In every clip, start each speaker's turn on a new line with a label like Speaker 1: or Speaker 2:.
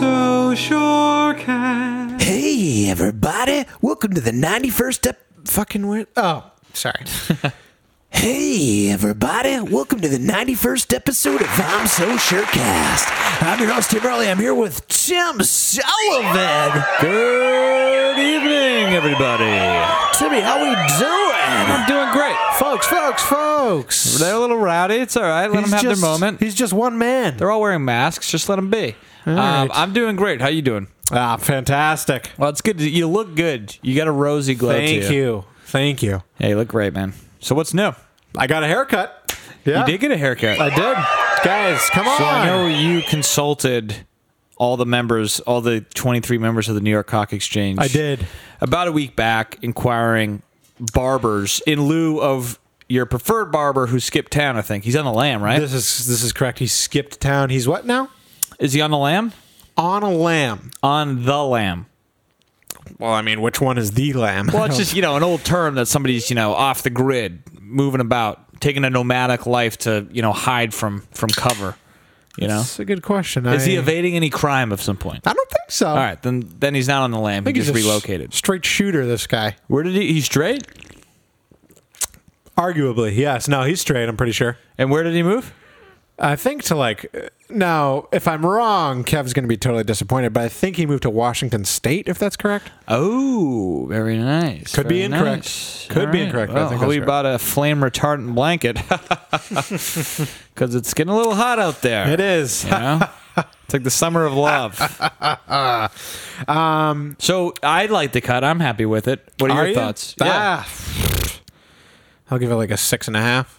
Speaker 1: North Shore Cast.
Speaker 2: Hey, everybody. Welcome to the 91st up. Fucking where? Oh, sorry. hey, everybody. Welcome to the 91st episode of I'm So Surecast. I'm your host, Tim Riley. I'm here with Tim Sullivan.
Speaker 1: Good evening, everybody.
Speaker 2: Timmy, how we doing?
Speaker 1: I'm doing great.
Speaker 3: Folks, folks, folks.
Speaker 1: They're a little rowdy. It's all right. Let them have
Speaker 3: just,
Speaker 1: their moment.
Speaker 3: He's just one man.
Speaker 1: They're all wearing masks. Just let them be. Um,
Speaker 3: right.
Speaker 1: I'm doing great. How you doing?
Speaker 3: Ah, fantastic.
Speaker 1: Well, it's good. to- You look good. You got a rosy glow. to
Speaker 3: Thank you. Thank you.
Speaker 1: Hey, you look great, man. So what's new?
Speaker 3: I got a haircut. Yeah.
Speaker 1: You did get a haircut.
Speaker 3: I did. Guys, come on.
Speaker 1: So I know you consulted all the members, all the 23 members of the New York Cock Exchange.
Speaker 3: I did.
Speaker 1: About a week back, inquiring barbers in lieu of your preferred barber who skipped town, I think. He's on the lamb, right?
Speaker 3: This is this is correct. He skipped town. He's what now?
Speaker 1: Is he on the lamb?
Speaker 3: On a lamb.
Speaker 1: On the lamb.
Speaker 3: Well, I mean, which one is the lamb?
Speaker 1: Well, it's just, you know, an old term that somebody's, you know, off the grid, moving about, taking a nomadic life to, you know, hide from from cover, you know?
Speaker 3: That's a good question.
Speaker 1: Is
Speaker 3: I,
Speaker 1: he evading any crime of some point?
Speaker 3: I don't think so.
Speaker 1: All right, then then he's not on the lamb.
Speaker 3: I
Speaker 1: He
Speaker 3: think he's
Speaker 1: just
Speaker 3: a s-
Speaker 1: relocated.
Speaker 3: Straight shooter, this guy.
Speaker 1: Where did he? He's straight.
Speaker 3: Arguably, yes. No, he's straight. I'm pretty sure.
Speaker 1: And where did he move?
Speaker 3: I think to like uh, now, if I'm wrong, Kev's going to be totally disappointed. But I think he moved to Washington State, if that's correct.
Speaker 1: Oh, very nice.
Speaker 3: Could be
Speaker 1: very
Speaker 3: incorrect.
Speaker 1: nice.
Speaker 3: Could be
Speaker 1: All
Speaker 3: incorrect, but I
Speaker 1: Well,
Speaker 3: think
Speaker 1: hope
Speaker 3: that's
Speaker 1: you
Speaker 3: correct.
Speaker 1: bought a flame retardant blanket because it's getting a little hot out there.
Speaker 3: It is.
Speaker 1: You know? it's like the summer of love. um. So I like the cut. I'm happy with it. What are, your
Speaker 3: you?
Speaker 1: thoughts?
Speaker 3: Ah, I'll give it like a six and a half.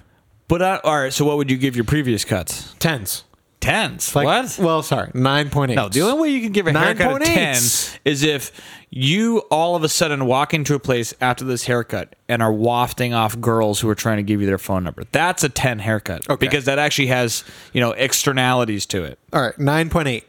Speaker 1: But uh, all right. So what would you give your previous cuts?
Speaker 3: Tens.
Speaker 1: Tens.
Speaker 3: Like,
Speaker 1: what?
Speaker 3: Well, sorry, nine point eight.
Speaker 1: No, the only way you can give a haircut a 10
Speaker 3: 9.8.
Speaker 1: is if you all of a sudden walk into a place after this haircut and are wafting off girls who are trying to give you their phone number. That's a 10 haircut
Speaker 3: Okay.
Speaker 1: because that actually has, you know, externalities to it.
Speaker 3: All right, nine point eight,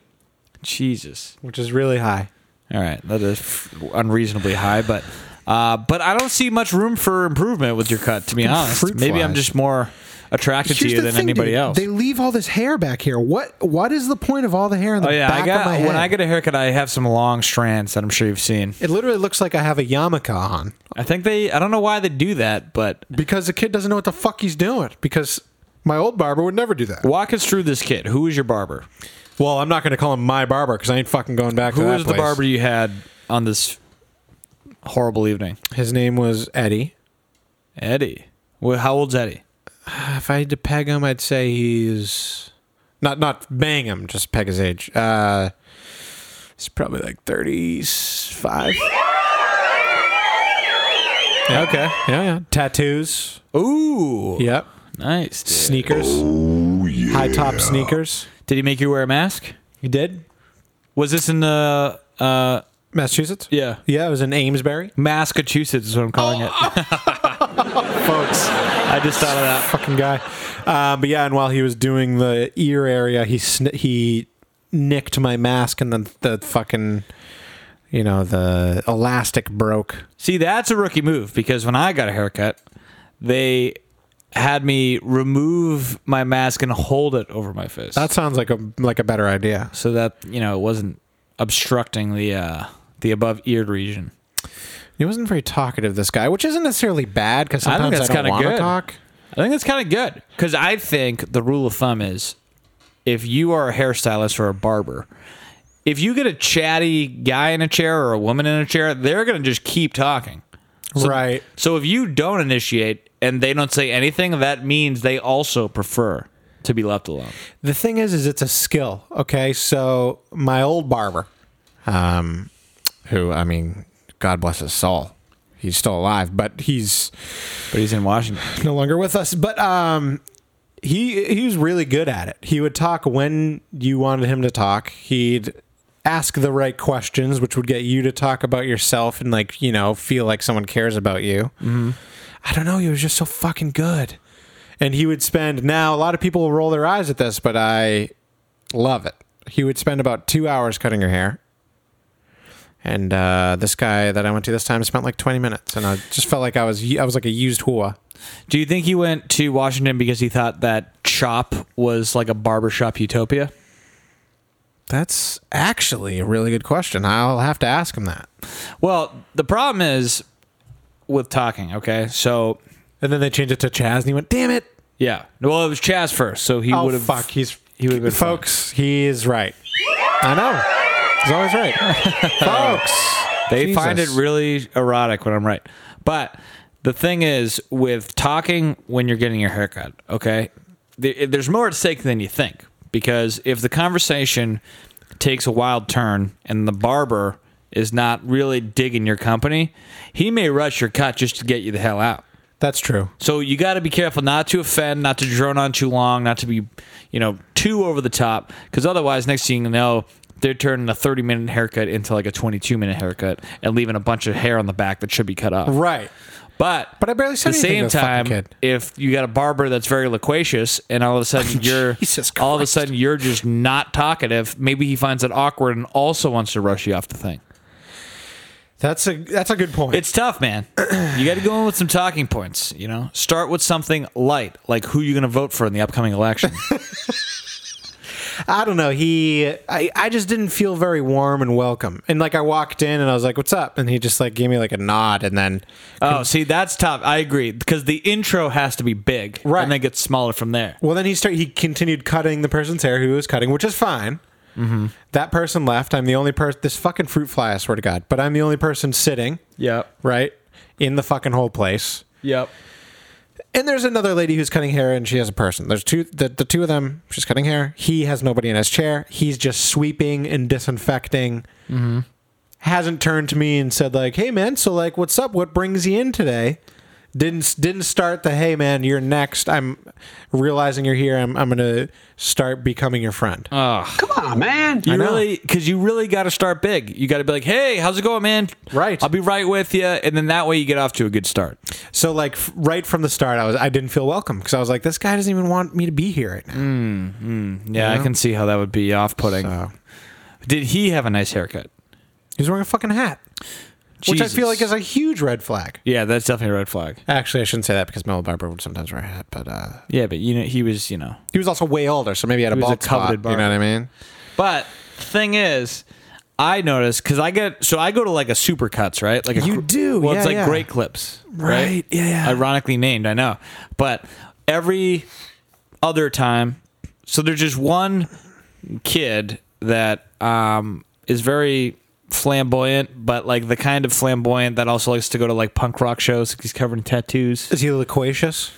Speaker 1: Jesus.
Speaker 3: which is really high.
Speaker 1: All right, that is unreasonably high, but uh, but I don't see much room for improvement with your cut to be honest.
Speaker 3: fruit
Speaker 1: Maybe I'm
Speaker 3: flies.
Speaker 1: just more attracted
Speaker 3: Here's
Speaker 1: to you
Speaker 3: the
Speaker 1: than
Speaker 3: thing,
Speaker 1: anybody
Speaker 3: dude.
Speaker 1: else.
Speaker 3: They leave all this hair back here. What? What is the point of all the hair in the
Speaker 1: Oh yeah,
Speaker 3: back
Speaker 1: I got
Speaker 3: of my head?
Speaker 1: when I get a haircut, I have some long strands that I'm sure you've seen.
Speaker 3: it literally looks like I have a yarmulke on.
Speaker 1: I think they I don't know why they do that, but
Speaker 3: Because the kid doesn't know what the fuck he's doing. Because my old barber would never do that.
Speaker 1: Walk us through this kid. Who was your barber?
Speaker 3: Well, I'm not going to call him my barber because I ain't fucking going back
Speaker 1: Who
Speaker 3: to that
Speaker 1: was the
Speaker 3: place.
Speaker 1: barber you had on this horrible evening?
Speaker 3: His name was Eddie.
Speaker 1: Eddie. Well, how old's Eddie?
Speaker 3: If I had to peg him, I'd say he's not not bang him, just peg his age. Uh, he's probably like 35.
Speaker 1: Okay.
Speaker 3: Yeah, yeah. Tattoos.
Speaker 1: Ooh.
Speaker 3: Yep.
Speaker 1: Nice. dude.
Speaker 3: Sneakers. High top sneakers.
Speaker 1: Did he make you wear a mask?
Speaker 3: You did?
Speaker 1: Was this in the uh
Speaker 3: Massachusetts?
Speaker 1: yeah.
Speaker 3: Yeah, it was in Amesbury.
Speaker 1: Massachusetts is what I'm calling it.
Speaker 3: Folks.
Speaker 1: I just thought of that.
Speaker 3: fucking guy. Um, but yeah, and while he was doing the ear area, he sn- he nicked my mask, and then the fucking you know the elastic broke.
Speaker 1: See, that's a rookie move because when I got a haircut, they had me remove my mask and hold it over my face.
Speaker 3: That sounds like a like a better idea.
Speaker 1: so that, you know, it wasn't obstructing the uh the above eared region.
Speaker 3: He wasn't very talkative, this guy, which isn't necessarily bad because
Speaker 1: I think
Speaker 3: sometimes I,
Speaker 1: that's
Speaker 3: don't
Speaker 1: kinda
Speaker 3: want to
Speaker 1: good.
Speaker 3: talk.
Speaker 1: I think that's kind of good because I think the rule of thumb is if you are a hairstylist or a barber, if you get a chatty guy in a chair or a woman in a chair, they're going to just keep talking.
Speaker 3: right.
Speaker 1: So if you don't initiate and they don't say anything, that means they also prefer to be left alone.
Speaker 3: The thing is, is it's a skill. Okay, so my old barber, um, who I mean, God bless his soul, he's still alive, but he's
Speaker 1: But he's in Washington.
Speaker 3: no longer with us. But um, he he was really good at it. He would talk when you wanted him to talk. He'd ask the right questions, which would get you to talk about yourself and like you know feel like someone cares about you. Mm-hmm. I don't know. He was just so fucking good, and he would spend. Now a lot of people will roll their eyes at this, but I love it. He would spend about two hours cutting your hair. And uh, this guy that I went to this time spent like 20 minutes, and I just felt like I was I was like a used whore.
Speaker 1: Do you think he went to Washington because he thought that chop was like a barbershop utopia?
Speaker 3: That's actually a really good question. I'll have to ask him that.
Speaker 1: Well, the problem is with talking. Okay, so
Speaker 3: And then they changed it to Chaz, and he went, "Damn it!
Speaker 1: yeah. Well, it was Chaz first, so he
Speaker 3: oh
Speaker 1: would have
Speaker 3: fuck, he's
Speaker 1: he would've been fine.
Speaker 3: folks. He is right. I know. He's always right, folks.
Speaker 1: They find it
Speaker 3: Jesus.
Speaker 1: really erotic when I'm right. But the thing is, with talking when you're getting your haircut, okay, there- there's more at stake than you think. Because if the conversation takes a wild turn and the barber is not really digging your company, he may rush your cut just to get you the hell out.
Speaker 3: That's true.
Speaker 1: So you got to be careful not to offend, not to drone on too long, not to be, you know, too over the top, because otherwise, next thing you know, they're turning a 30 minute haircut into like a 22 minute haircut and leaving a bunch of hair on the back that should be cut off.
Speaker 3: Right.
Speaker 1: But
Speaker 3: But I barely said
Speaker 1: at the
Speaker 3: anything
Speaker 1: same
Speaker 3: to the fucking
Speaker 1: time,
Speaker 3: kid.
Speaker 1: if you got a barber that's very loquacious, and all of a sudden you're
Speaker 3: Jesus
Speaker 1: all of a
Speaker 3: Christ.
Speaker 1: sudden you're just not talkative, maybe he finds it awkward and also wants to rush you off the thing.
Speaker 3: That's a that's a good point.
Speaker 1: It's tough, man. You got to go in with some talking points. You know, start with something light, like who you're going to vote for in the upcoming election.
Speaker 3: I don't know. He, I, I just didn't feel very warm and welcome. And like I walked in and I was like, "What's up?" And he just like gave me like a nod, and then
Speaker 1: oh, see, that's tough. I agree because the intro has to be big,
Speaker 3: Right.
Speaker 1: And then it gets smaller from there.
Speaker 3: well, then he started. He continued cutting the person's hair who was cutting, which is fine. That person left. I'm the only person. This fucking fruit fly, I swear to God. But I'm the only person sitting
Speaker 1: Yep.
Speaker 3: right in the fucking whole place.
Speaker 1: Yep.
Speaker 3: And there's another lady who's cutting hair, and she has a person. There's two. The, the two of them. She's cutting hair. He has nobody in his chair. He's just sweeping and disinfecting. Mm-hmm. Hasn't turned to me and said like, "Hey man, so like, what's up? What brings you in today?" Didn't didn't start the "Hey man, you're next." I'm realizing you're here. I'm I'm gonna start becoming your friend.
Speaker 1: You
Speaker 3: know.
Speaker 1: really, because you really got to start big. You got to be like, "Hey, how's it going, man?
Speaker 3: Right.
Speaker 1: I'll be right with you." And then that way you get off to a good start.
Speaker 3: So like f- right from the start, I was I didn't feel welcome because I was like, this guy doesn't even want me to be here right now.
Speaker 1: Yeah, I can see how that would be off-putting.
Speaker 3: So
Speaker 1: Did he have a nice haircut?
Speaker 3: he was wearing a fucking hat, which I
Speaker 1: Jesus.
Speaker 3: feel like is a huge red flag.
Speaker 1: yeah, that's definitely a red flag.
Speaker 3: Actually, I shouldn't say that because Mel Barber would sometimes wear a hat, but uh,
Speaker 1: Yeah, but you know, he was, you know,
Speaker 3: he was also way older, so maybe he had a
Speaker 1: He was a
Speaker 3: bald spot.
Speaker 1: coveted
Speaker 3: You know what I
Speaker 1: barber.
Speaker 3: mean?
Speaker 1: But the thing is, I noticed because I get so I go to like a supercuts, right? Like a,
Speaker 3: You
Speaker 1: gr-
Speaker 3: do,
Speaker 1: Well,
Speaker 3: yeah,
Speaker 1: it's like
Speaker 3: yeah.
Speaker 1: great clips, right?
Speaker 3: Right, yeah, yeah.
Speaker 1: Ironically named, I know, but every other time, so there's just one kid that um, is very flamboyant, but like the kind of flamboyant that also likes to go to like punk rock shows. He's covered in tattoos.
Speaker 3: Is he loquacious?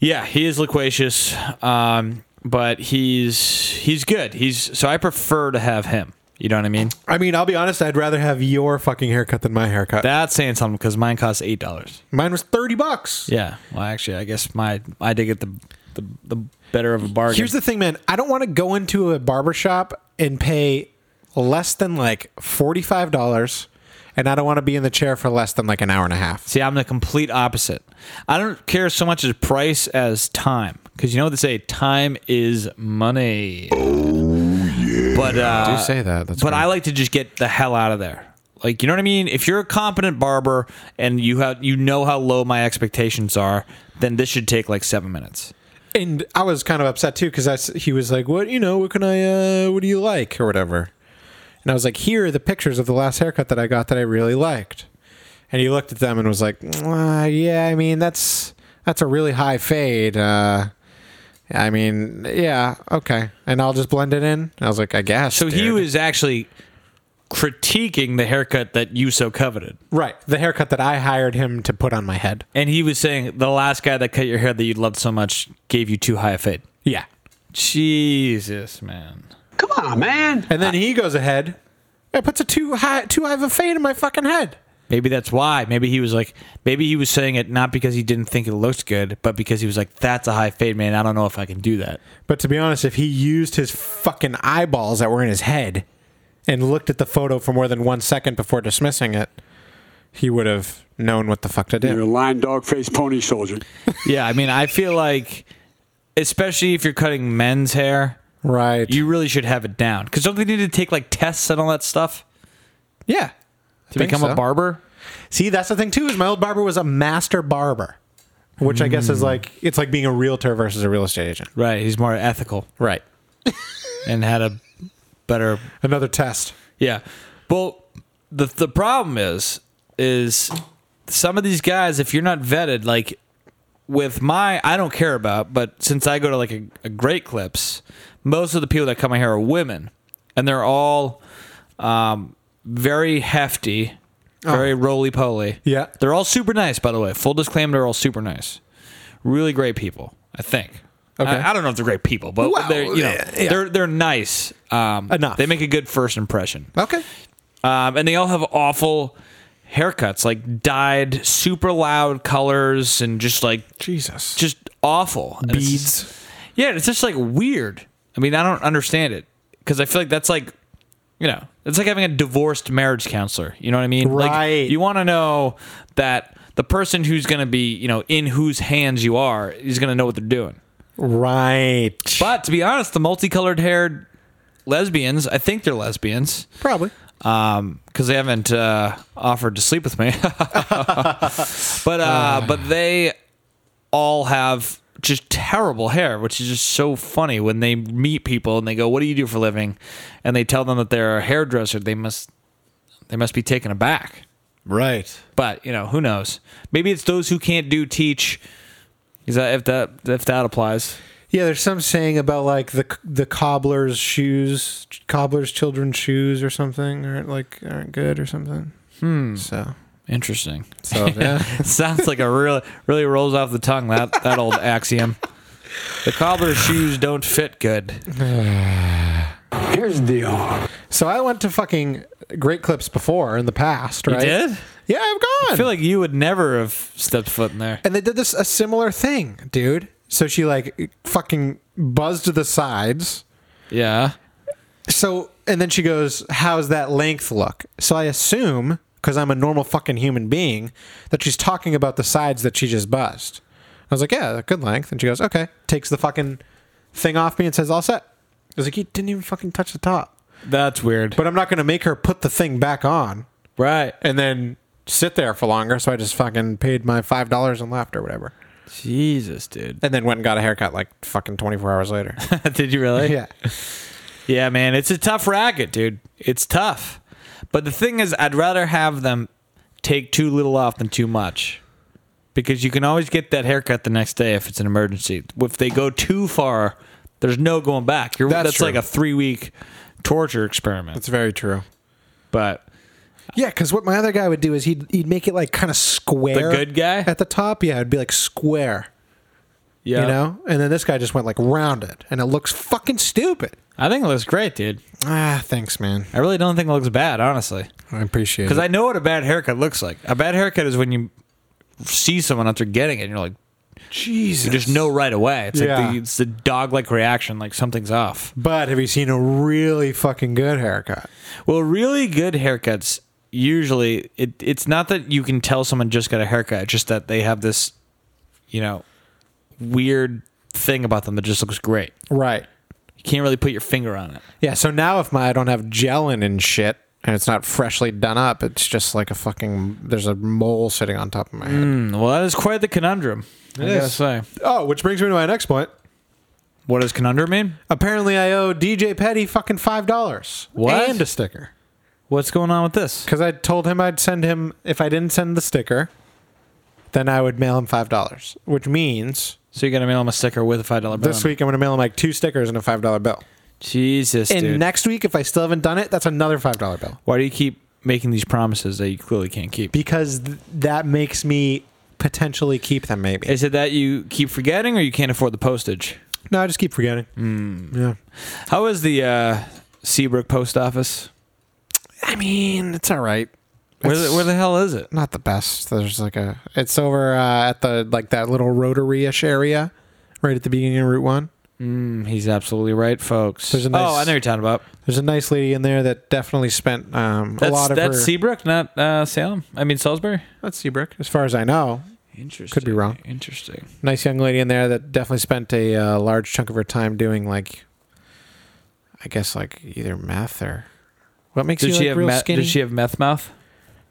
Speaker 1: Yeah, he is loquacious, um, but he's he's good. He's so I prefer to have him. You know what I mean?
Speaker 3: I mean, I'll be honest. I'd rather have your fucking haircut than my haircut.
Speaker 1: That's saying something because mine costs eight dollars.
Speaker 3: Mine was thirty bucks.
Speaker 1: Yeah. Well, actually, I guess my I did get the the, the better of a bargain.
Speaker 3: Here's the thing, man. I don't want to go into a barber shop and pay less than like forty five dollars, and I don't want to be in the chair for less than like an hour and a half.
Speaker 1: See, I'm the complete opposite. I don't care so much as price as time, because you know what they say: time is money. Oh yeah. But uh,
Speaker 3: do say that. That's
Speaker 1: but
Speaker 3: great.
Speaker 1: I like to just get the hell out of there. Like you know what I mean? If you're a competent barber and you have you know how low my expectations are, then this should take like seven minutes.
Speaker 3: And I was kind of upset too because I s- he was like, "What you know? What can I? Uh, what do you like or whatever?" And I was like, "Here are the pictures of the last haircut that I got that I really liked." And he looked at them and was like, "Uh, "Yeah, I mean that's that's a really high fade. Uh, I mean, yeah, okay." And I'll just blend it in. And I was like, "I guess."
Speaker 1: So he
Speaker 3: dude."
Speaker 1: was actually critiquing the haircut that you so coveted,
Speaker 3: right the haircut that I hired him to put on my head.
Speaker 1: and he was saying the last guy that cut your hair that you loved so much gave you too high a fade.
Speaker 3: Yeah.
Speaker 1: Jesus, man.
Speaker 3: And then he goes ahead and puts a too high too high of a fade in my fucking head.
Speaker 1: Maybe that's why. Maybe he was like, maybe he was saying it not because he didn't think it looked good, but because he was like, that's a high fade, man. I don't know if I can do that.
Speaker 3: But to be honest, if he used his fucking eyeballs that were in his head and looked at the photo for more than one second before dismissing it, he would have known what the fuck to
Speaker 4: You're
Speaker 3: do.
Speaker 4: a lying dog faced pony soldier.
Speaker 1: yeah, I mean, I feel like, especially if you're cutting men's hair,
Speaker 3: Right.
Speaker 1: you really should have it down. Because don't they need to take like tests and all that stuff
Speaker 3: yeah.
Speaker 1: to become a barber?
Speaker 3: See, that's the thing too, is my old barber was a master barber. Which I guess is like it's like being a realtor versus a real estate agent.
Speaker 1: Right. He's more ethical
Speaker 3: Right.
Speaker 1: and had a better
Speaker 3: Another test.
Speaker 1: Yeah. Well, the the problem is is some of these guys, if you're not vetted, like with my I don't care about, but since I go to like a, a great clips, most of the people that come in here are women, and they're all um, very hefty, very roly poly.
Speaker 3: Oh. Yeah.
Speaker 1: they're all super nice. By the way, full disclaimer, they're all super nice, really great people. I think.
Speaker 3: Okay.
Speaker 1: I, I don't know if they're great people, but
Speaker 3: Well,
Speaker 1: they're you know
Speaker 3: yeah.
Speaker 1: they're they're nice. Um,
Speaker 3: Enough.
Speaker 1: They make a good first impression.
Speaker 3: Okay.
Speaker 1: Um, and they all have awful haircuts, like dyed super loud colors and just like
Speaker 3: Jesus.
Speaker 1: just awful And it's
Speaker 3: Beads.
Speaker 1: just- yeah, it's just like weird. I mean, I don't understand it because I feel like that's like you know, it's like having a divorced marriage counselor. You know what I mean?
Speaker 3: Right.
Speaker 1: Like you want to know that the person who's going to be you know in whose hands you are is going to know what they're doing.
Speaker 3: Right.
Speaker 1: But to be honest, the multicolored haired lesbians, I think they're lesbians
Speaker 3: Probably.
Speaker 1: um because they haven't uh offered to sleep with me but uh, but they all have just terrible hair which is just so funny when they meet people and they go what do you do for a living and they tell them that they're a hairdresser they must they must be taken aback
Speaker 3: Right.
Speaker 1: but you know who knows maybe it's those who can't do teach is that if that if that applies
Speaker 3: Yeah, there's some saying about like the the cobbler's shoes, cobbler's children's shoes or something aren't like aren't good or something. Hmm. So,
Speaker 1: interesting
Speaker 3: so yeah.
Speaker 1: Sounds like a real really rolls off the tongue that that old axiom. The cobbler's shoes don't fit good.
Speaker 4: Here's the deal.
Speaker 3: so I went to fucking great clips before in the past, right?
Speaker 1: did?
Speaker 3: Yeah, I've gone.
Speaker 1: I feel like you would never have stepped foot in there.
Speaker 3: and they did this a similar thing, dude. So she like fucking buzzed to the sides.
Speaker 1: Yeah.
Speaker 3: So, and then she goes, How's that length look? So I assume, because I'm a normal fucking human being, that she's talking about the sides that she just buzzed. I was like, Yeah, good length. And she goes, Okay. Takes the fucking thing off me and says, All set. I was like, You didn't even fucking touch the top.
Speaker 1: That's weird.
Speaker 3: But I'm not going to make her put the thing back on
Speaker 1: right.
Speaker 3: and then sit there for longer. So I just fucking paid my $5 and left or whatever.
Speaker 1: Jesus, dude.
Speaker 3: And then went and got a haircut like fucking 24 hours later.
Speaker 1: Did you really?
Speaker 3: yeah.
Speaker 1: Yeah, man, it's a tough racket, dude. It's tough. But the thing is, I'd rather have them take too little off than too much. Because you can always get that haircut the next day if it's an emergency. If they go too far, there's no going back. You're,
Speaker 3: That's
Speaker 1: that's like
Speaker 3: true.
Speaker 1: a three week torture experiment.
Speaker 3: It's very true.
Speaker 1: but
Speaker 3: Yeah, because what my other guy would do is he'd he'd make it like kind of square.
Speaker 1: The good guy?
Speaker 3: at the top, yeah, it'd be like square,
Speaker 1: yeah,
Speaker 3: you know. And then this guy just went like rounded, and it looks fucking stupid.
Speaker 1: I think it looks great, dude.
Speaker 3: Ah, thanks, man.
Speaker 1: I really don't think it looks bad, honestly.
Speaker 3: I appreciate
Speaker 1: Because I know what a bad haircut looks like. A bad haircut is when you see someone after getting it, and you're like,
Speaker 3: Jesus.
Speaker 1: you just know right away. It's
Speaker 3: Yeah.
Speaker 1: like the, it's the dog like reaction, like something's off.
Speaker 3: But have you seen a really fucking good haircut?
Speaker 1: Well, really good haircuts usually it, it's not that you can tell someone just got a haircut, it's just that they have this, you know, weird thing about them that just looks great.
Speaker 3: Right.
Speaker 1: You can't really put your finger on it.
Speaker 3: Yeah. So now if my I don't have gel in and shit, and it's not freshly done up, it's just like a fucking there's a mole sitting on top of my head.
Speaker 1: Hmm, well, that is quite the conundrum. I
Speaker 3: It
Speaker 1: gotta
Speaker 3: is.
Speaker 1: say.
Speaker 3: Oh, which brings me to my next point.
Speaker 1: What does conundrum mean?
Speaker 3: Apparently, I owe DJ Petty fucking five dollars
Speaker 1: What?
Speaker 3: and a sticker.
Speaker 1: What's going on with this?
Speaker 3: Because I told him I'd send him, if I didn't send the sticker, then I would mail him $5, which means
Speaker 1: So you're gonna mail him a sticker with a five dollar bill.
Speaker 3: this
Speaker 1: on it.
Speaker 3: week I'm going to mail him like two stickers and a $5 bill.
Speaker 1: Jesus,
Speaker 3: And
Speaker 1: dude.
Speaker 3: next week, if I still haven't done it, that's another $5 bill.
Speaker 1: Why do you keep making these promises that you clearly can't keep?
Speaker 3: Because th- that makes me potentially keep them, maybe.
Speaker 1: Is it that you keep forgetting or you can't afford the postage?
Speaker 3: no, I just keep forgetting. Yeah.
Speaker 1: How is the uh, Seabrook post office?
Speaker 3: I mean, it's all right.
Speaker 1: Where
Speaker 3: It's
Speaker 1: the, where the hell is it?
Speaker 3: not the best. There's like a, it's over uh, at the, like that little rotary ish area right at the beginning of Route 1.
Speaker 1: Mm, he's absolutely right, folks.
Speaker 3: There's a nice-
Speaker 1: oh, I know you're talking about.
Speaker 3: There's a nice lady in there that definitely spent um, a
Speaker 1: That's,
Speaker 3: lot of
Speaker 1: that's
Speaker 3: her.
Speaker 1: Seabrook, not uh, Salem. I mean Salisbury.
Speaker 3: That's Seabrook, as far as I know.
Speaker 1: Interesting.
Speaker 3: Could be wrong.
Speaker 1: Interesting.
Speaker 3: Nice young lady in there that definitely spent a uh, large chunk of her time doing like, I guess like either meth or what makes
Speaker 1: Did
Speaker 3: you
Speaker 1: she
Speaker 3: like
Speaker 1: have
Speaker 3: real
Speaker 1: meth-
Speaker 3: skinny.
Speaker 1: Did she have meth mouth?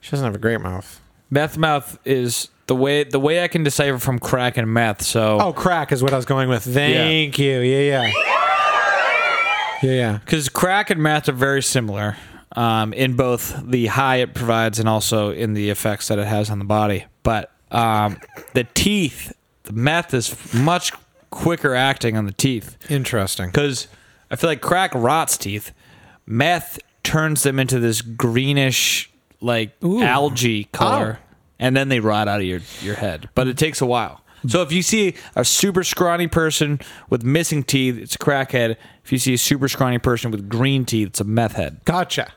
Speaker 3: She doesn't have a great mouth.
Speaker 1: Meth mouth is the way the way I can decipher from crack and meth. So
Speaker 3: Oh, crack is what I was going with. Thank you. Yeah, yeah. Yeah, yeah.
Speaker 1: Because crack and meth are very similar um, in both the high it provides and also in the effects that it has on the body. But um, the teeth, the meth is much quicker acting on the teeth
Speaker 3: Interesting.
Speaker 1: because I feel like crack rots teeth. Meth turns them into this greenish, like algae
Speaker 3: Oh.
Speaker 1: color, and then they rot out of your, your head. But it takes a while. So if you see a super scrawny person with missing teeth, it's a crackhead. If you see a super scrawny person with green teeth, it's a meth head.
Speaker 3: Gotcha.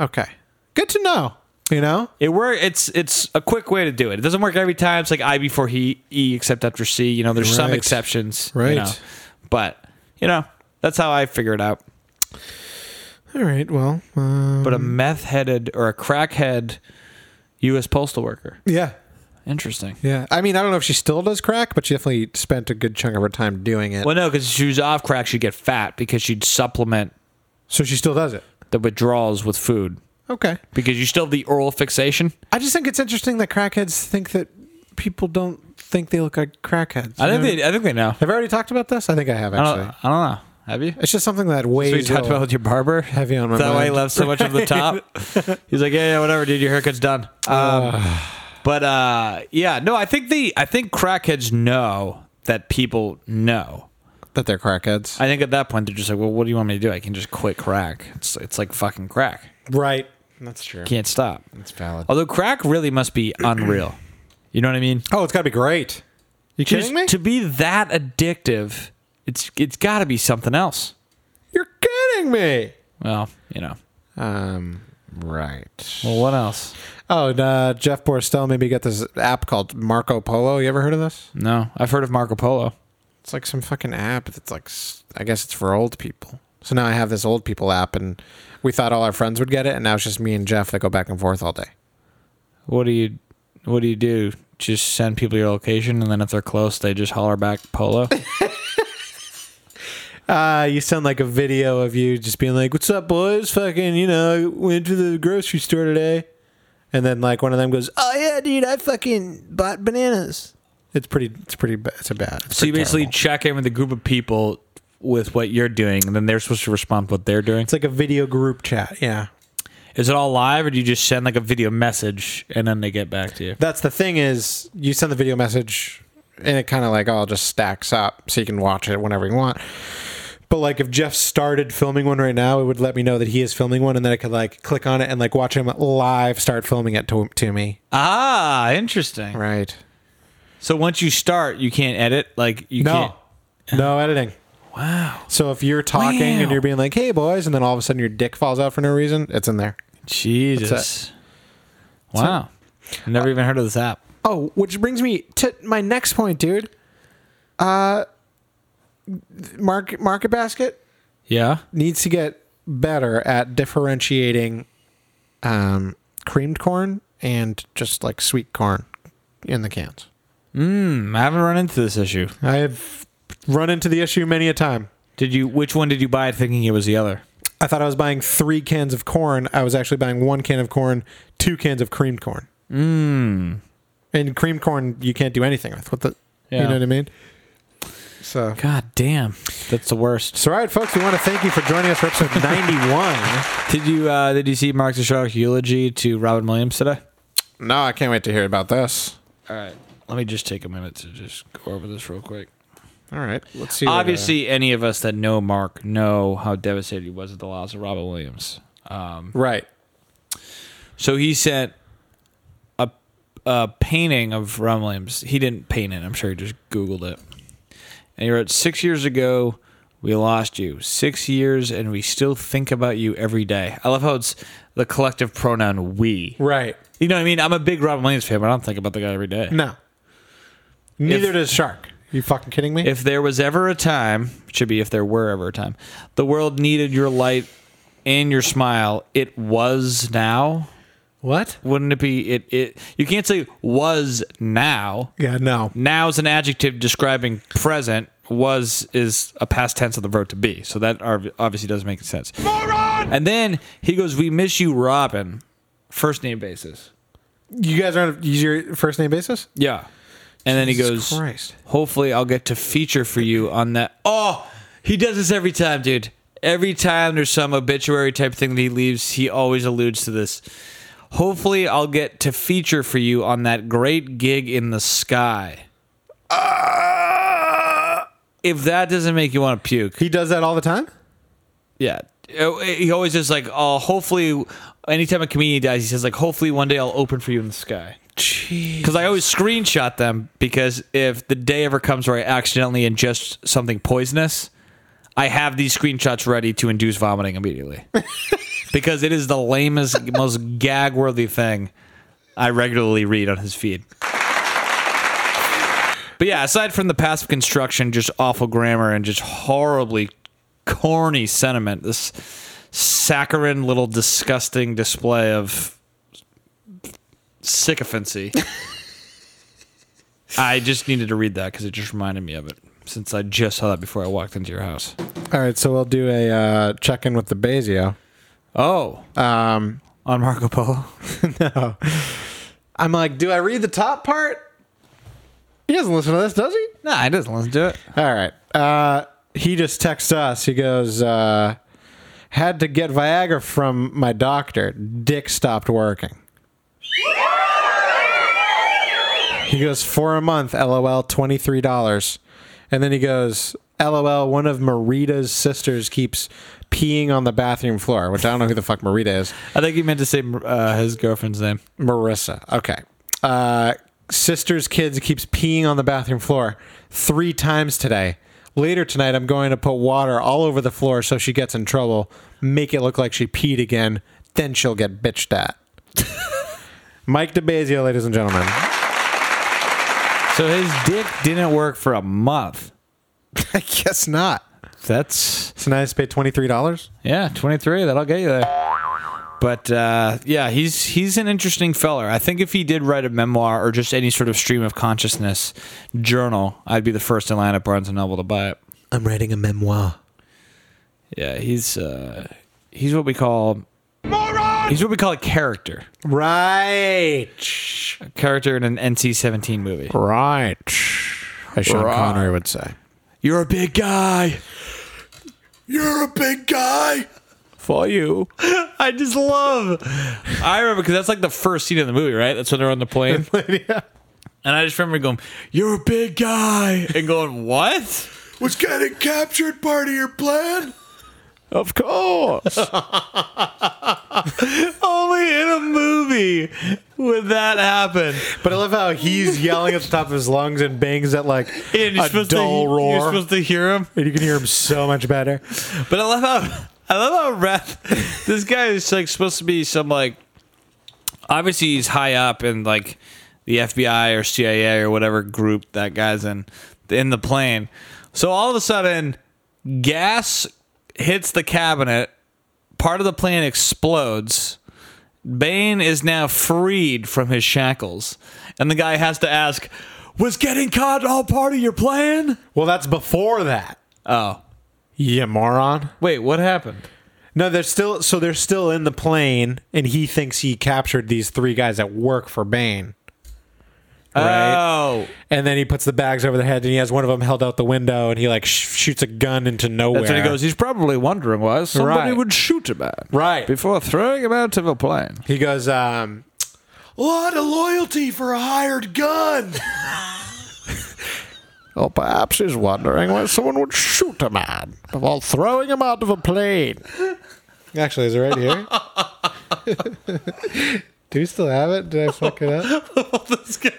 Speaker 3: Okay. Good to know. You know?
Speaker 1: It work. It's it's a quick way to do it. It doesn't work every time. It's like I before he E except after C. You know, there's some
Speaker 3: Right.
Speaker 1: exceptions. you
Speaker 3: Right.
Speaker 1: know. But you know, that's how I figure it out.
Speaker 3: All right. Well, uh,
Speaker 1: but a meth headed or a crackhead U.S. postal worker.
Speaker 3: yeah.
Speaker 1: Interesting.
Speaker 3: Yeah. I mean, I don't know if she still does crack, but she definitely spent a good chunk of her time doing it.
Speaker 1: Well, no, because she was off crack, she'd get fat because she'd supplement
Speaker 3: So she still does it.
Speaker 1: the withdrawals with food
Speaker 3: Okay.
Speaker 1: because you still have the oral fixation.
Speaker 3: I just think it's interesting that crackheads think that people don't think they look like crackheads.
Speaker 1: I
Speaker 3: You
Speaker 1: think
Speaker 3: know?
Speaker 1: they. I think they know.
Speaker 3: Have I already talked about this? I think I have
Speaker 1: I don't.
Speaker 3: actually.
Speaker 1: I don't know. Have you?
Speaker 3: It's just something that
Speaker 1: So you
Speaker 3: weighs.
Speaker 1: talked
Speaker 3: real-
Speaker 1: about with your barber.
Speaker 3: Heavy on my
Speaker 1: Is that why he
Speaker 3: mind.
Speaker 1: left so much of the top? He's like, yeah, yeah, whatever, dude. Your haircut's done. Um, but uh, yeah, no, I think the I think crackheads know that people know.
Speaker 3: that they're crackheads.
Speaker 1: I think at that point they're just like, well, what do you want me to do? I can just quit crack. It's it's like fucking crack.
Speaker 3: right. That's true.
Speaker 1: Can't stop.
Speaker 3: It's valid.
Speaker 1: Although crack really must be unreal. You know what I mean?
Speaker 3: Oh, it's got to be great. You kidding
Speaker 1: Just
Speaker 3: me?
Speaker 1: To be that addictive, it's it's got to be something else.
Speaker 3: You're kidding me.
Speaker 1: Well, you know.
Speaker 3: Um, right.
Speaker 1: Well, what else?
Speaker 3: Oh, and, uh, Jeff Borstel maybe got this app called Marco Polo. You ever heard of this?
Speaker 1: No, I've heard of Marco Polo.
Speaker 3: It's like some fucking app that's like, s- I guess it's for old people. So now I have this old people app, and we thought all our friends would get it, and now it's just me and Jeff that go back and forth all day.
Speaker 1: What do you what do you do? Just send people your location, and then if they're close, they just holler back Polo.
Speaker 3: Uh, you send like a video of you just being like, "What's up, boys? Fucking, you know, went to the grocery store today," and then like one of them goes, "Oh yeah, dude, I fucking bought bananas." It's pretty. It's pretty. ba- It's a bad. It's
Speaker 1: so you
Speaker 3: pretty
Speaker 1: basically
Speaker 3: terrible.
Speaker 1: check in with a group of people with what you're doing, and then they're supposed to respond to what they're doing.
Speaker 3: It's like a video group chat. Yeah.
Speaker 1: Is it all live, or do you just send like a video message and then they get back to you?
Speaker 3: That's the thing is you send the video message and it kind of like all just stacks up so you can watch it whenever you want. But like if Jeff started filming one right now, it would let me know that he is filming one and then I could like click on it and like watch him live start filming it to, to me.
Speaker 1: Ah, interesting.
Speaker 3: Right.
Speaker 1: So once you start, you can't edit. Like you
Speaker 3: No. No editing.
Speaker 1: can't. Wow.
Speaker 3: So if you're talking
Speaker 1: Wow.
Speaker 3: and you're being like, "Hey boys," and then all of a sudden your dick falls out for no reason, it's in there.
Speaker 1: Jesus. Wow. Never even heard of this app.
Speaker 3: Oh, which brings me to my next point, dude. Uh market market basket
Speaker 1: Yeah.
Speaker 3: needs to get better at differentiating um, creamed corn and just like sweet corn in the cans.
Speaker 1: Hmm, I haven't run into this issue.
Speaker 3: I have run into the issue many a time.
Speaker 1: Did you? Which one did you buy, thinking it was the other?
Speaker 3: I thought I was buying three cans of corn. I was actually buying one can of corn, two cans of creamed corn. Mm. And creamed corn, you can't do anything with. What the?
Speaker 1: Yeah.
Speaker 3: You know what I mean? So.
Speaker 1: God damn, that's the worst.
Speaker 3: So, all right, folks, we want to thank you for joining us for episode 91.
Speaker 1: Did you? uh Did you see Mark Zuckerberg's eulogy to Robin Williams today?
Speaker 3: No, I can't wait to hear about this.
Speaker 1: All right. Let me just take a minute to just go over this real quick.
Speaker 3: All right, let's see. what, uh,
Speaker 1: Obviously, any of us that know Mark know how devastated he was at the loss of Robin Williams.
Speaker 3: uh, right.
Speaker 1: So he sent a a painting of Robin Williams. He didn't paint it. I'm sure he just Googled it. And he wrote, Six years ago, we lost you. Six years, and we still think about you every day. I love how it's the collective pronoun we.
Speaker 3: Right.
Speaker 1: You know what I mean? I'm a big Robin Williams fan, but I don't think about the guy every day.
Speaker 3: No. Neither
Speaker 1: If-
Speaker 3: does Shark. You fucking kidding me?
Speaker 1: If there was ever a time, it should be if there were ever a time, the world needed your light and your smile. It was now.
Speaker 3: what?
Speaker 1: Wouldn't it be it it you can't say was now.
Speaker 3: Yeah, no.
Speaker 1: Now is an adjective describing present. Was is a past tense of the verb to be. So that are- obviously doesn't make sense. And then he goes, "We miss you, Robin." First name basis.
Speaker 3: You guys are on a- use your first name basis?
Speaker 1: Yeah. And then he
Speaker 3: Jesus
Speaker 1: goes,
Speaker 3: Christ.
Speaker 1: hopefully I'll get to feature for you on that. Oh, he does this every time, dude. every time there's some obituary type thing that he leaves, he always alludes to this. Hopefully, I'll get to feature for you on that great gig in the sky.
Speaker 3: Ah!
Speaker 1: If that doesn't make you want to puke,
Speaker 3: He does that all the time.
Speaker 1: yeah. Uh, He always just like, oh, hopefully, anytime a comedian dies, he says, like, hopefully one day I'll open for you in the sky. Because I always screenshot them because if the day ever comes where I accidentally ingest something poisonous, I have these screenshots ready to induce vomiting immediately. because it is the lamest, most gag worthy thing I regularly read on his feed. But yeah, aside from the passive construction, just awful grammar and just horribly corny sentiment, this saccharine little disgusting display of sycophancy. I just needed to read that because it just reminded me of it since I just saw that before I walked into your house.
Speaker 3: All right, so we'll do a uh, check in with the Basio.
Speaker 1: Oh,
Speaker 3: Um,
Speaker 1: on Marco Polo.
Speaker 3: no. I'm like, do I read the top part? He doesn't listen to this, does he?
Speaker 1: No, I doesn't listen to it.
Speaker 3: All right. Uh, he just texts us. He goes, uh, had to get Viagra from my doctor. Dick stopped working. He goes, for a month, LOL, $23. And then he goes, LOL, one of Marita's sisters keeps peeing on the bathroom floor, which I don't know who the fuck Marita is.
Speaker 1: I think he meant to say uh, his girlfriend's name.
Speaker 3: Marissa. Okay. Uh, sister's kids keeps peeing on the bathroom floor three times today. Later tonight, I'm going to put water all over the floor so she gets in trouble, make it look like she peed again, then she'll get bitched at. Mike DeBazio, ladies and gentlemen.
Speaker 1: So his dick didn't work for a month.
Speaker 3: I guess not.
Speaker 1: That's
Speaker 3: So now I just paid $23?
Speaker 1: Yeah, 23. That'll get you there. But uh, yeah, he's he's an interesting feller. I think if he did write a memoir or just any sort of stream of consciousness journal, I'd be the first in line at Barnes and Noble to buy it.
Speaker 2: I'm writing a memoir.
Speaker 1: Yeah, he's uh, he's what we call he's what we call a character,
Speaker 3: Right.
Speaker 1: a character in an NC-17 movie.
Speaker 3: Right. As Sean
Speaker 1: Right.
Speaker 3: Connery would say.
Speaker 1: You're a big guy.
Speaker 2: You're a big guy.
Speaker 1: for you. I just love. I remember because that's like the first scene in the movie, right? That's when they're on the plane. And I just remember going, "You're a big guy," and going, "What?"
Speaker 2: Was getting captured part of your plan?
Speaker 1: Of course. Only in a movie would that happen.
Speaker 3: But I love how he's yelling at the top of his lungs and bangs at like
Speaker 1: And you're
Speaker 3: a
Speaker 1: supposed
Speaker 3: dull
Speaker 1: to,
Speaker 3: roar.
Speaker 1: You're supposed to hear him.
Speaker 3: and you can hear him so much better.
Speaker 1: But I love how I love how rap. This guy is like supposed to be some like. Obviously, he's high up in like the FBI or CIA or whatever group that guy's in in the plane. So all of a sudden, gas hits the cabinet. Part of the plane explodes. Bane is now freed from his shackles, and the guy has to ask, "Was getting caught all part of your plan?"
Speaker 3: Well, that's before that.
Speaker 1: Oh,
Speaker 3: Yeah, moron.
Speaker 1: wait, what happened?
Speaker 3: No, they're still so they're still in the plane, and he thinks he captured these three guys that work for Bane.
Speaker 1: Oh,
Speaker 3: And then he puts the bags over their heads, and he has one of them held out the window, and he like sh- shoots a gun into nowhere.
Speaker 1: That's when he goes. He's probably wondering why somebody
Speaker 3: Right.
Speaker 1: would shoot a man
Speaker 3: Right.
Speaker 1: before throwing him out of a plane.
Speaker 3: He goes, um,
Speaker 2: Lot of loyalty for a hired gun.
Speaker 3: Or perhaps he's wondering why someone would shoot a man while throwing him out of a plane. Actually, is it right here? Do we still have it? Did I fuck it up?
Speaker 1: Oh, This guy,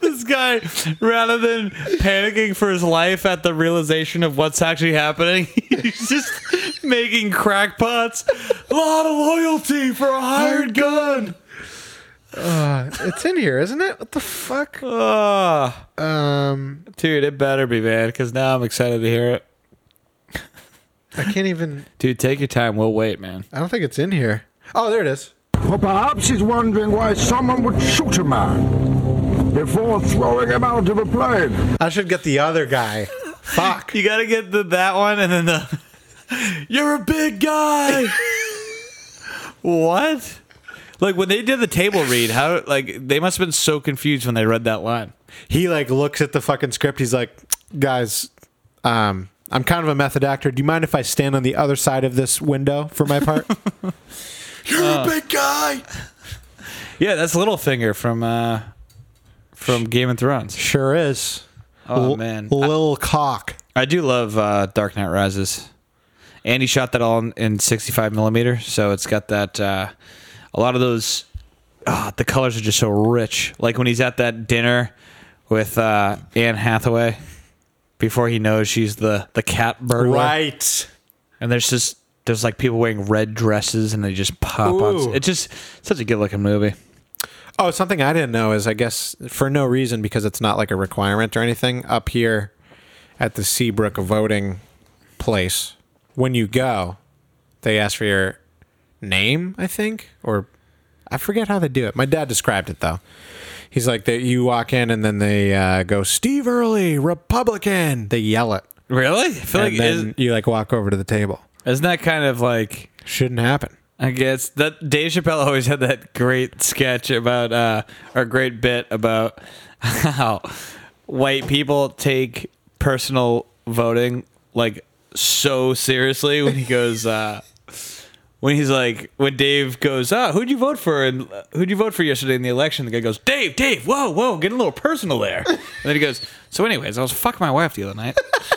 Speaker 1: this guy, rather than panicking for his life at the realization of what's actually happening, he's just making crackpots. A lot of loyalty for a hired gun.
Speaker 3: Uh, It's in here, isn't it? What the fuck?
Speaker 1: Ah.
Speaker 3: Um,
Speaker 1: Dude, it better be, man, because now I'm excited to hear it.
Speaker 3: I can't even.
Speaker 1: Dude, take your time. We'll wait, man.
Speaker 3: I don't think it's in here. Oh, there it is.
Speaker 5: Or perhaps he's wondering why someone would shoot a man before throwing him out of a plane.
Speaker 3: I should get the other guy. Fuck.
Speaker 1: You gotta get the that one and then the You're a big guy. what? Like when they did the table read, how like they must have been so confused when they read that line.
Speaker 3: He like looks at the fucking script. He's like, guys, um, I'm kind of a method actor. Do you mind if I stand on the other side of this window for my part?
Speaker 2: You're a big guy.
Speaker 1: Yeah, that's Littlefinger from uh, from Game of Thrones.
Speaker 3: sure is.
Speaker 1: Oh, man.
Speaker 3: Lil cock.
Speaker 1: I do love uh, Dark Knight Rises. And he shot that all in, in 65 millimeter, so it's got that. Uh, a lot of those, ah, the colors are just so rich. Like when he's at that dinner with uh, Anne Hathaway, before he knows she's the the cat burglar,
Speaker 3: Right.
Speaker 1: and there's just there's like people wearing red dresses and they just pop
Speaker 3: Ooh.
Speaker 1: on. It's just such a good looking movie.
Speaker 3: Oh, something I didn't know is I guess for no reason because it's not like a requirement or anything up here at the Seabrook voting place. When you go, they ask for your name, I think, or I forget how they do it. My dad described it though. He's like that you walk in and then they uh, go Steve Early, Republican. They yell it.
Speaker 1: Really? I feel
Speaker 3: And
Speaker 1: like is,
Speaker 3: then you like walk over to the table.
Speaker 1: isn't that kind of like
Speaker 3: Shouldn't happen.
Speaker 1: I guess that Dave Chappelle always had that great sketch about uh, or great bit about how white people take personal voting like so seriously when he goes uh, when he's like when Dave goes ah who'd you vote for and uh, who'd you vote for yesterday in the election the guy goes Dave Dave whoa whoa getting a little personal there and then he goes so anyways I was fucking my wife the other night.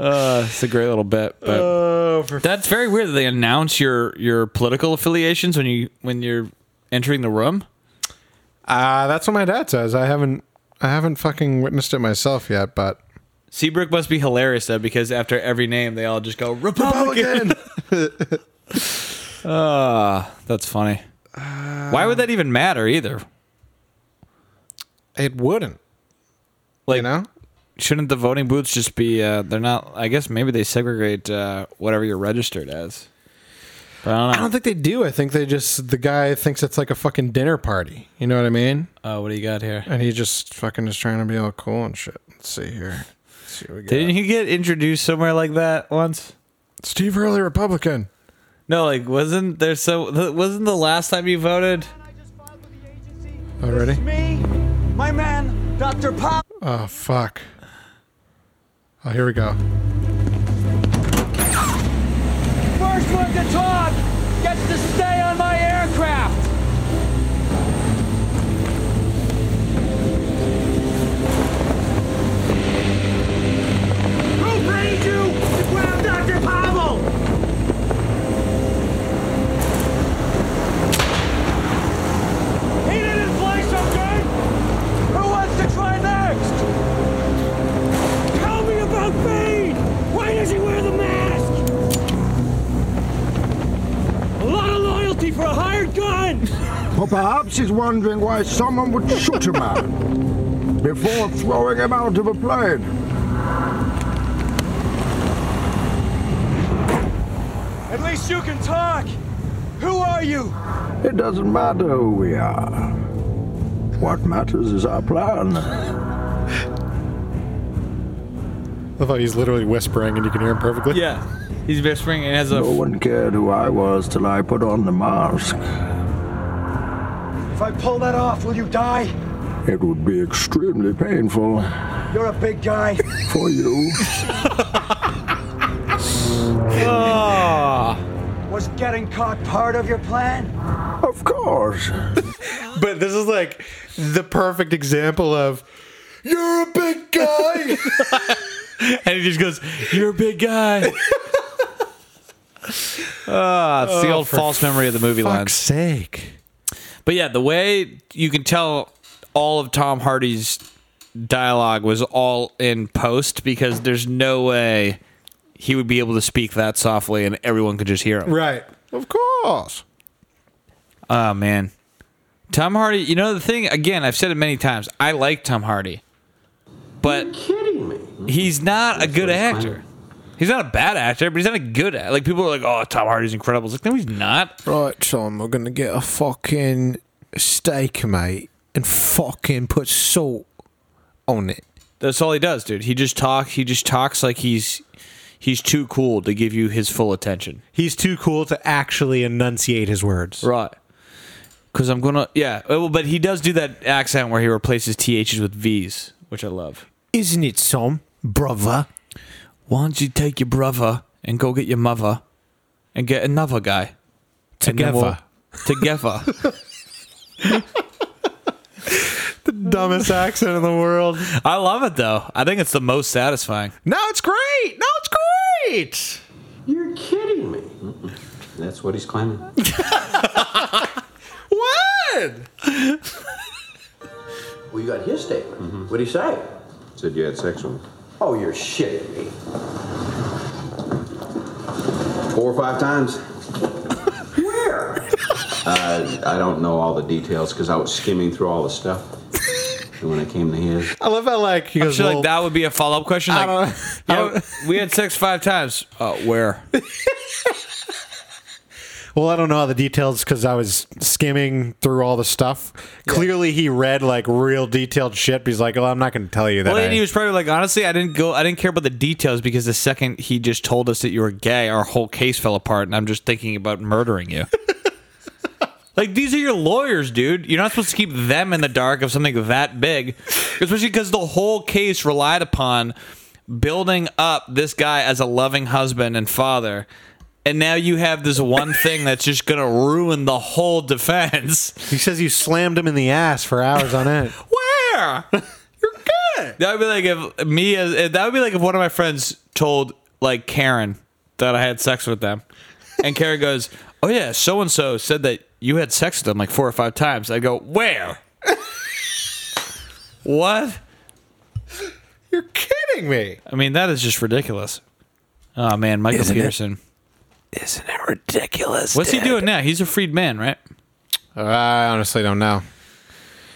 Speaker 1: Uh, it's a great little bit, but that's very weird that they announce your your political affiliations when you when you're entering the room.
Speaker 3: Uh, that's what my dad says. I haven't I haven't fucking witnessed it myself yet, but
Speaker 1: Seabrook must be hilarious though, because after every name, they all just go Republican. Ah, That's funny. Why would that even matter either?
Speaker 3: It wouldn't.
Speaker 1: Like,
Speaker 3: You know?
Speaker 1: shouldn't the voting booths just be? Uh, they're not. I guess maybe they segregate uh, whatever you're registered as. But I
Speaker 3: I
Speaker 1: don't
Speaker 3: don't
Speaker 1: know.
Speaker 3: think they do. I think they just the guy thinks it's like a fucking dinner party. You know what I mean?
Speaker 1: Uh, what do you got here?
Speaker 3: And he just fucking is trying to be all cool and shit. Let's see here. Let's see what we got.
Speaker 1: Didn't you get introduced somewhere like that once?
Speaker 3: Steve Early Republican.
Speaker 1: No, like wasn't there so wasn't the last time you voted?
Speaker 3: Already?
Speaker 6: Me, my man, Dr. Pop.
Speaker 3: Oh fuck. Oh here we go.
Speaker 6: First one to talk gets to stay on my aircraft.
Speaker 7: Who paid you to grab Dr. Pavel?
Speaker 6: He didn't play so good. Who wants to try next?
Speaker 7: Tell me about Bane! Why does he wear the mask? A lot of loyalty for a hired gun!
Speaker 5: Or perhaps he's wondering why someone would shoot a man before throwing him out of a plane.
Speaker 6: At least you can talk. Who are you?
Speaker 5: It doesn't matter who we are. What matters is our plan.
Speaker 3: I thought he's literally whispering and you can hear him perfectly.
Speaker 1: Yeah, he's whispering and has a
Speaker 5: No one cared who I was till I put on the mask.
Speaker 6: If I pull that off, will you die?
Speaker 5: It would be extremely painful
Speaker 6: You're a big guy.
Speaker 5: for you.
Speaker 6: Was getting caught part of your plan?
Speaker 5: Of course.
Speaker 3: But this is like the perfect example of you're a big guy.
Speaker 1: and he just goes, "You're a big guy." Ah, it's the old false memory of the movie
Speaker 3: Fuck's
Speaker 1: lines.
Speaker 3: sake.
Speaker 1: But yeah, the way you can tell all of Tom Hardy's dialogue was all in post because there's no way he would be able to speak that softly and everyone could just hear him.
Speaker 3: Right. Of course.
Speaker 1: Oh man. Tom Hardy, you know the thing again, I've said it many times. I like Tom Hardy. But He's not a good actor. He's not a bad actor, but he's not a good actor. Like people are like, "Oh, Tom Hardy's incredible." It's like, no, he's not.
Speaker 3: Right, Tom, we're gonna get a fucking steak, mate, and fucking put salt on it.
Speaker 1: That's all he does, dude. He just talks. He just talks like he's he's too cool to give you his full attention.
Speaker 3: He's too cool to actually enunciate his words.
Speaker 1: Right. Because I'm gonna, yeah. Well, but he does do that accent where he replaces ths with v's, which I love.
Speaker 3: Isn't it, Tom?
Speaker 2: brother.
Speaker 1: Why don't you take your brother and go get your mother and get another guy? And then we'll- together.
Speaker 3: Dumbest accent in the world.
Speaker 1: I love it though. I think it's the most satisfying.
Speaker 3: No, it's great. No, it's great.
Speaker 8: You're kidding me. That's what he's claiming.
Speaker 3: What?
Speaker 9: Well, you got his statement. What'd he say?
Speaker 8: Said you had sex with him.
Speaker 9: Oh, you're shitting me.
Speaker 8: Four or five times?
Speaker 9: Where?
Speaker 8: I don't know all the details because I was skimming through all the stuff. and when I came to his,
Speaker 3: I love how like he
Speaker 1: I
Speaker 3: goes.
Speaker 1: feel
Speaker 3: well,
Speaker 1: like that would be a follow up question. Like,
Speaker 3: don't-
Speaker 1: yeah, we had sex five times. Uh, where?
Speaker 3: Well, I don't know all the details because I was skimming through all the stuff. Clearly, he read like real detailed shit. But he's like, "Oh, I'm not going to tell you that."
Speaker 1: Well, and
Speaker 3: I-
Speaker 1: he was probably like, honestly, I didn't go. I didn't care about the details because the second he just told us that you were gay, our whole case fell apart, and I'm just thinking about murdering you. like these are your lawyers, dude. You're not supposed to keep them in the dark of something that big, especially because the whole case relied upon building up this guy as a loving husband and father. And now you have this one thing that's just gonna ruin the whole defense.
Speaker 3: he says you slammed him in the ass for hours on end.
Speaker 1: Where? You're good. That would be like if me as if- that would be like if one of my friends told like Karen that I had sex with them, and Karen goes, "Oh yeah, so and so said that you had sex with them like four or five times." I go, "Where? what?
Speaker 3: You're kidding me.
Speaker 1: I mean, that is just ridiculous." Oh man, Michael
Speaker 2: Isn't it?
Speaker 1: Peterson.
Speaker 2: Isn't it ridiculous?
Speaker 1: What's he
Speaker 2: Dad?
Speaker 1: doing now? He's a freed man, right?
Speaker 3: Uh, I honestly don't know.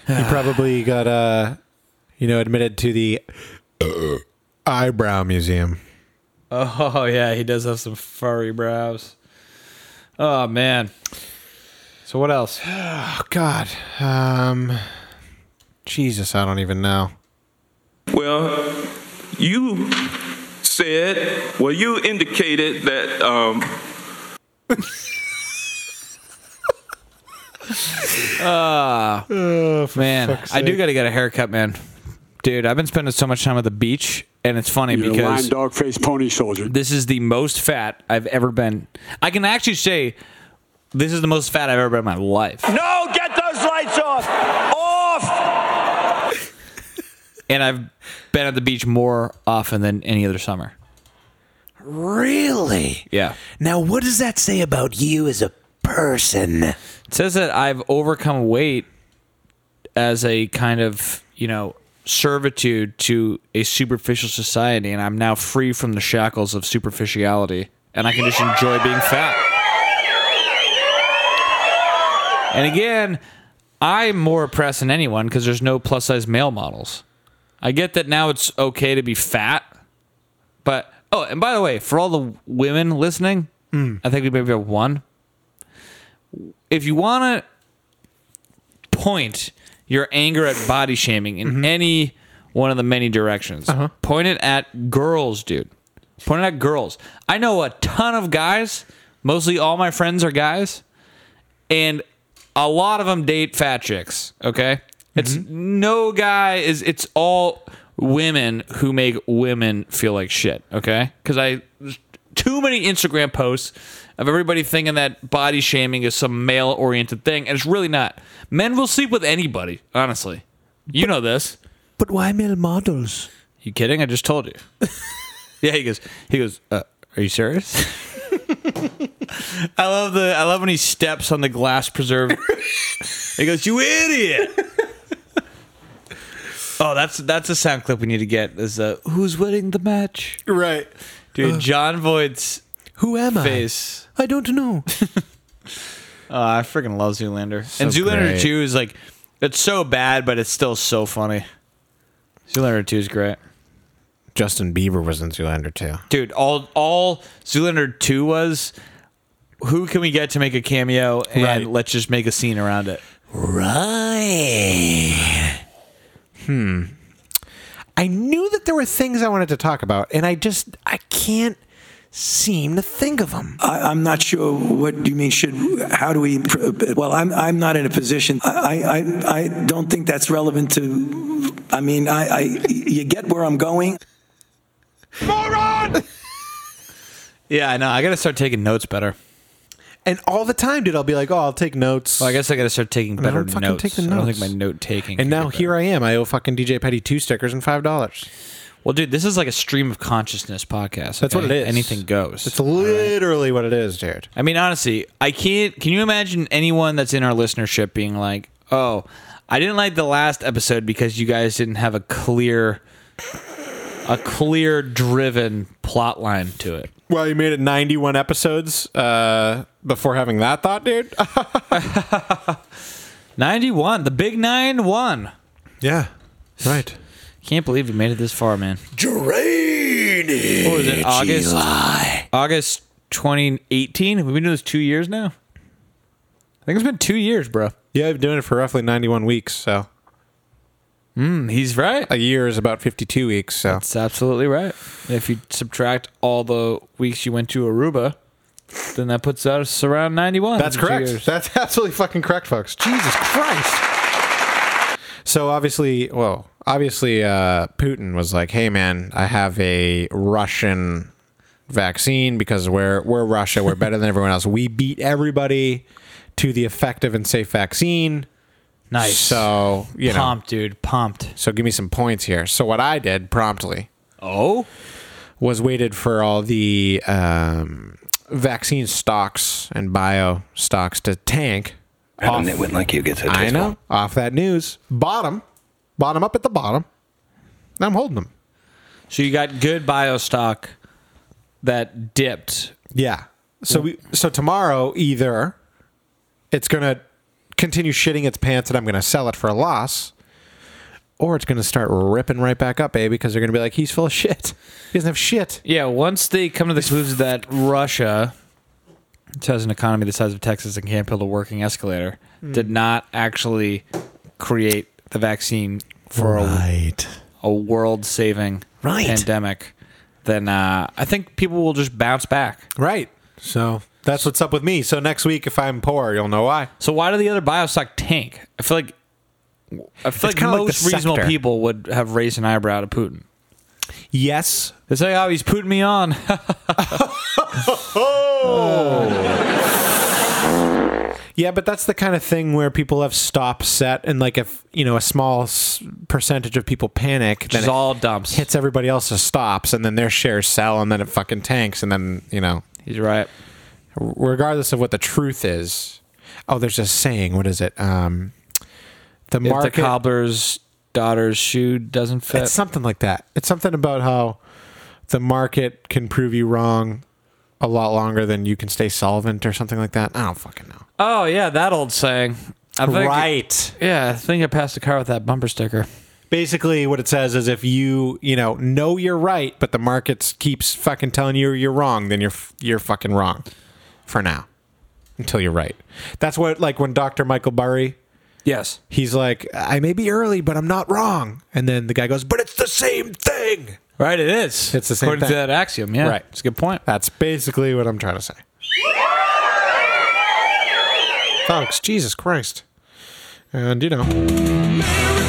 Speaker 3: He probably got uh, you know, admitted to the Uh, eyebrow museum.
Speaker 1: Oh yeah, he does have some furry brows. Oh man. So what else?
Speaker 3: Oh God. Um, Jesus, I don't even know.
Speaker 10: Well, you said, well, you indicated that. Um,
Speaker 1: Man, I do got to get a haircut, man. Dude, I've been spending so much time at the beach, and it's funny
Speaker 4: You're a lime
Speaker 1: because
Speaker 4: dog faced pony soldier.
Speaker 1: this is the most fat I've ever been. I can actually say this is the most fat I've ever been in my life.
Speaker 6: No, get those lights off! Off!
Speaker 1: And I've been at the beach more often than any other summer.
Speaker 2: Really?
Speaker 1: Yeah.
Speaker 2: Now, what does that say about you as a person?
Speaker 1: It says that I've overcome weight as a kind of, you know, servitude to a superficial society, and I'm now free from the shackles of superficiality, and I can just enjoy being fat. And again, I'm more oppressed than anyone because there's no plus size male models. I get that now it's okay to be fat, but oh, and by the way, for all the women listening, I think we maybe have one if you want to point your anger at body shaming in any one of the many directions, point it at girls, dude. Point it at girls. I know a ton of guys, mostly all my friends are guys, and a lot of them date fat chicks, okay? It's no guy is it's all women who make women feel like shit, okay? Cuz I too many Instagram posts of everybody thinking that body shaming is some male oriented thing, and it's really not. Men will sleep with anybody, honestly. You know this.
Speaker 2: But why male models?
Speaker 1: You kidding? I just told you. yeah, he goes. He goes. Uh, are you serious? I love the. I love when he steps on the glass preserve. he goes, "You idiot." oh, that's that's a sound clip we need to get. Is uh, who's winning the match, Uh,
Speaker 3: Right.
Speaker 1: dude? John Voight's
Speaker 2: Who am I?
Speaker 1: face.
Speaker 2: I don't know.
Speaker 1: Uh, I freaking love Zoolander. and Zoolander
Speaker 3: great.
Speaker 1: 2 is like, it's so bad, but it's still so funny. Zoolander 2 is great.
Speaker 3: Justin Bieber was in Zoolander too.
Speaker 1: Dude, all all Zoolander 2 was who can we get to make a cameo and
Speaker 3: Right.
Speaker 1: let's just make a scene around it?
Speaker 2: Right.
Speaker 3: Hmm. I knew that there were things I wanted to talk about, and I just I can't seem to think of them.
Speaker 11: I, I'm not sure what you mean. Should how do we? Well, I'm I'm not in a position. I I, I don't think that's relevant to. I mean, I, I you get where I'm going.
Speaker 12: Moron!
Speaker 1: Yeah, I know. I got to start taking notes better.
Speaker 11: And all the time, dude, I'll be like, oh, I'll take notes.
Speaker 1: Well, I guess I got to start taking better
Speaker 11: don't fucking
Speaker 1: notes.
Speaker 11: take the
Speaker 1: I don't
Speaker 11: notes.
Speaker 1: think my note taking.
Speaker 11: and now here I am. I owe fucking DJ Petty two stickers and five dollars.
Speaker 1: well, dude, this is like a stream of consciousness podcast.
Speaker 11: That's what
Speaker 1: okay?
Speaker 11: it is.
Speaker 1: Anything goes.
Speaker 11: It's literally what it is, Jared.
Speaker 1: I mean, honestly, I can't. Can you imagine anyone that's in our listenership being like, "Oh, I didn't like the last episode because you guys didn't have a clear, a clear driven plot line to it."
Speaker 11: Well, you made it 91 episodes uh, before having that thought, dude.
Speaker 1: Ninety-one, the big nine-one.
Speaker 11: yeah, right.
Speaker 1: Can't believe you made it this far, man.
Speaker 3: Drainage.
Speaker 1: What was it? August, August 2018. We've been doing this two years now. I think it's been two years, bro.
Speaker 11: Yeah, I've been doing it for roughly 91 weeks, so
Speaker 1: Mm, he's right.
Speaker 11: a year is about 52 weeks, so
Speaker 1: That's absolutely right. If you subtract all the weeks you went to Aruba, then that puts us around 91.
Speaker 11: That's
Speaker 1: in two
Speaker 11: correct.
Speaker 1: years.
Speaker 11: That's absolutely fucking correct, folks. Jesus Christ. So obviously, well, obviously, uh, Putin was like, "Hey, man, I have a Russian vaccine because we're we're Russia. We're better than everyone else. We beat everybody to the effective and safe vaccine.
Speaker 1: nice.
Speaker 11: So you know,
Speaker 1: pumped, dude. Pumped.
Speaker 11: so give me some points here. So what I did promptly
Speaker 1: Oh,
Speaker 11: was waited for all the um, vaccine stocks and bio stocks to tank. off-
Speaker 13: like you get to
Speaker 11: I know. Off that news. Bottom. Bottom up at the bottom. And I'm holding them.
Speaker 1: so you got good bio stock that dipped.
Speaker 11: Yeah. So we so tomorrow either it's gonna continue shitting its pants and I'm gonna sell it for a loss. Or it's gonna start ripping right back up, baby, because they're gonna be like, he's full of shit. He doesn't have shit.
Speaker 1: Yeah, once they come to the conclusion that Russia, which has an economy the size of Texas and can't build a working escalator,
Speaker 11: Hmm.
Speaker 1: did not actually create the vaccine for
Speaker 3: Right.
Speaker 1: a, a world-saving
Speaker 3: Right.
Speaker 1: pandemic, then uh, I think people will just bounce back.
Speaker 11: Right. So that's what's up with me. So next week if I'm poor, you'll know why.
Speaker 1: So why do the other biostock tank? I feel like I feel like
Speaker 11: kinda like the
Speaker 1: most reasonable
Speaker 11: sector.
Speaker 1: people would have raised an eyebrow to Putin.
Speaker 11: Yes.
Speaker 1: They say, "Oh, he's putting me on."
Speaker 11: Yeah, but that's the kind of thing where people have stop set, and like if you know a small s- percentage of people panic, then
Speaker 1: It's
Speaker 11: it
Speaker 1: all dumps.
Speaker 11: hits everybody else's stops, and then their shares sell, and then it fucking tanks, and then you know,
Speaker 1: He's right.
Speaker 11: r- regardless of what the truth is. Oh, there's a saying. What is it? Um, the
Speaker 1: If
Speaker 11: market.
Speaker 1: the cobbler's daughter's shoe doesn't fit,
Speaker 11: it's something like that. It's something about how the market can prove you wrong a lot longer than you can stay solvent, or something like that. I don't fucking know.
Speaker 1: Oh yeah, that old saying. I think,
Speaker 11: right.
Speaker 1: Yeah, I think I passed the car with that bumper sticker.
Speaker 11: basically what it says is if you you know know you're right but the markets keeps fucking telling you you're wrong then you're f- you're fucking wrong for now until you're right that's what like when dr michael burry
Speaker 1: Yes.
Speaker 11: he's like i may be early but i'm not wrong and then the guy goes but it's the same thing
Speaker 1: Right. It is.
Speaker 11: It's the same
Speaker 1: according
Speaker 11: thing.
Speaker 1: to that axiom. Yeah.
Speaker 11: Right.
Speaker 1: It's a good point.
Speaker 11: that's basically what i'm trying to say folks jesus christ and you know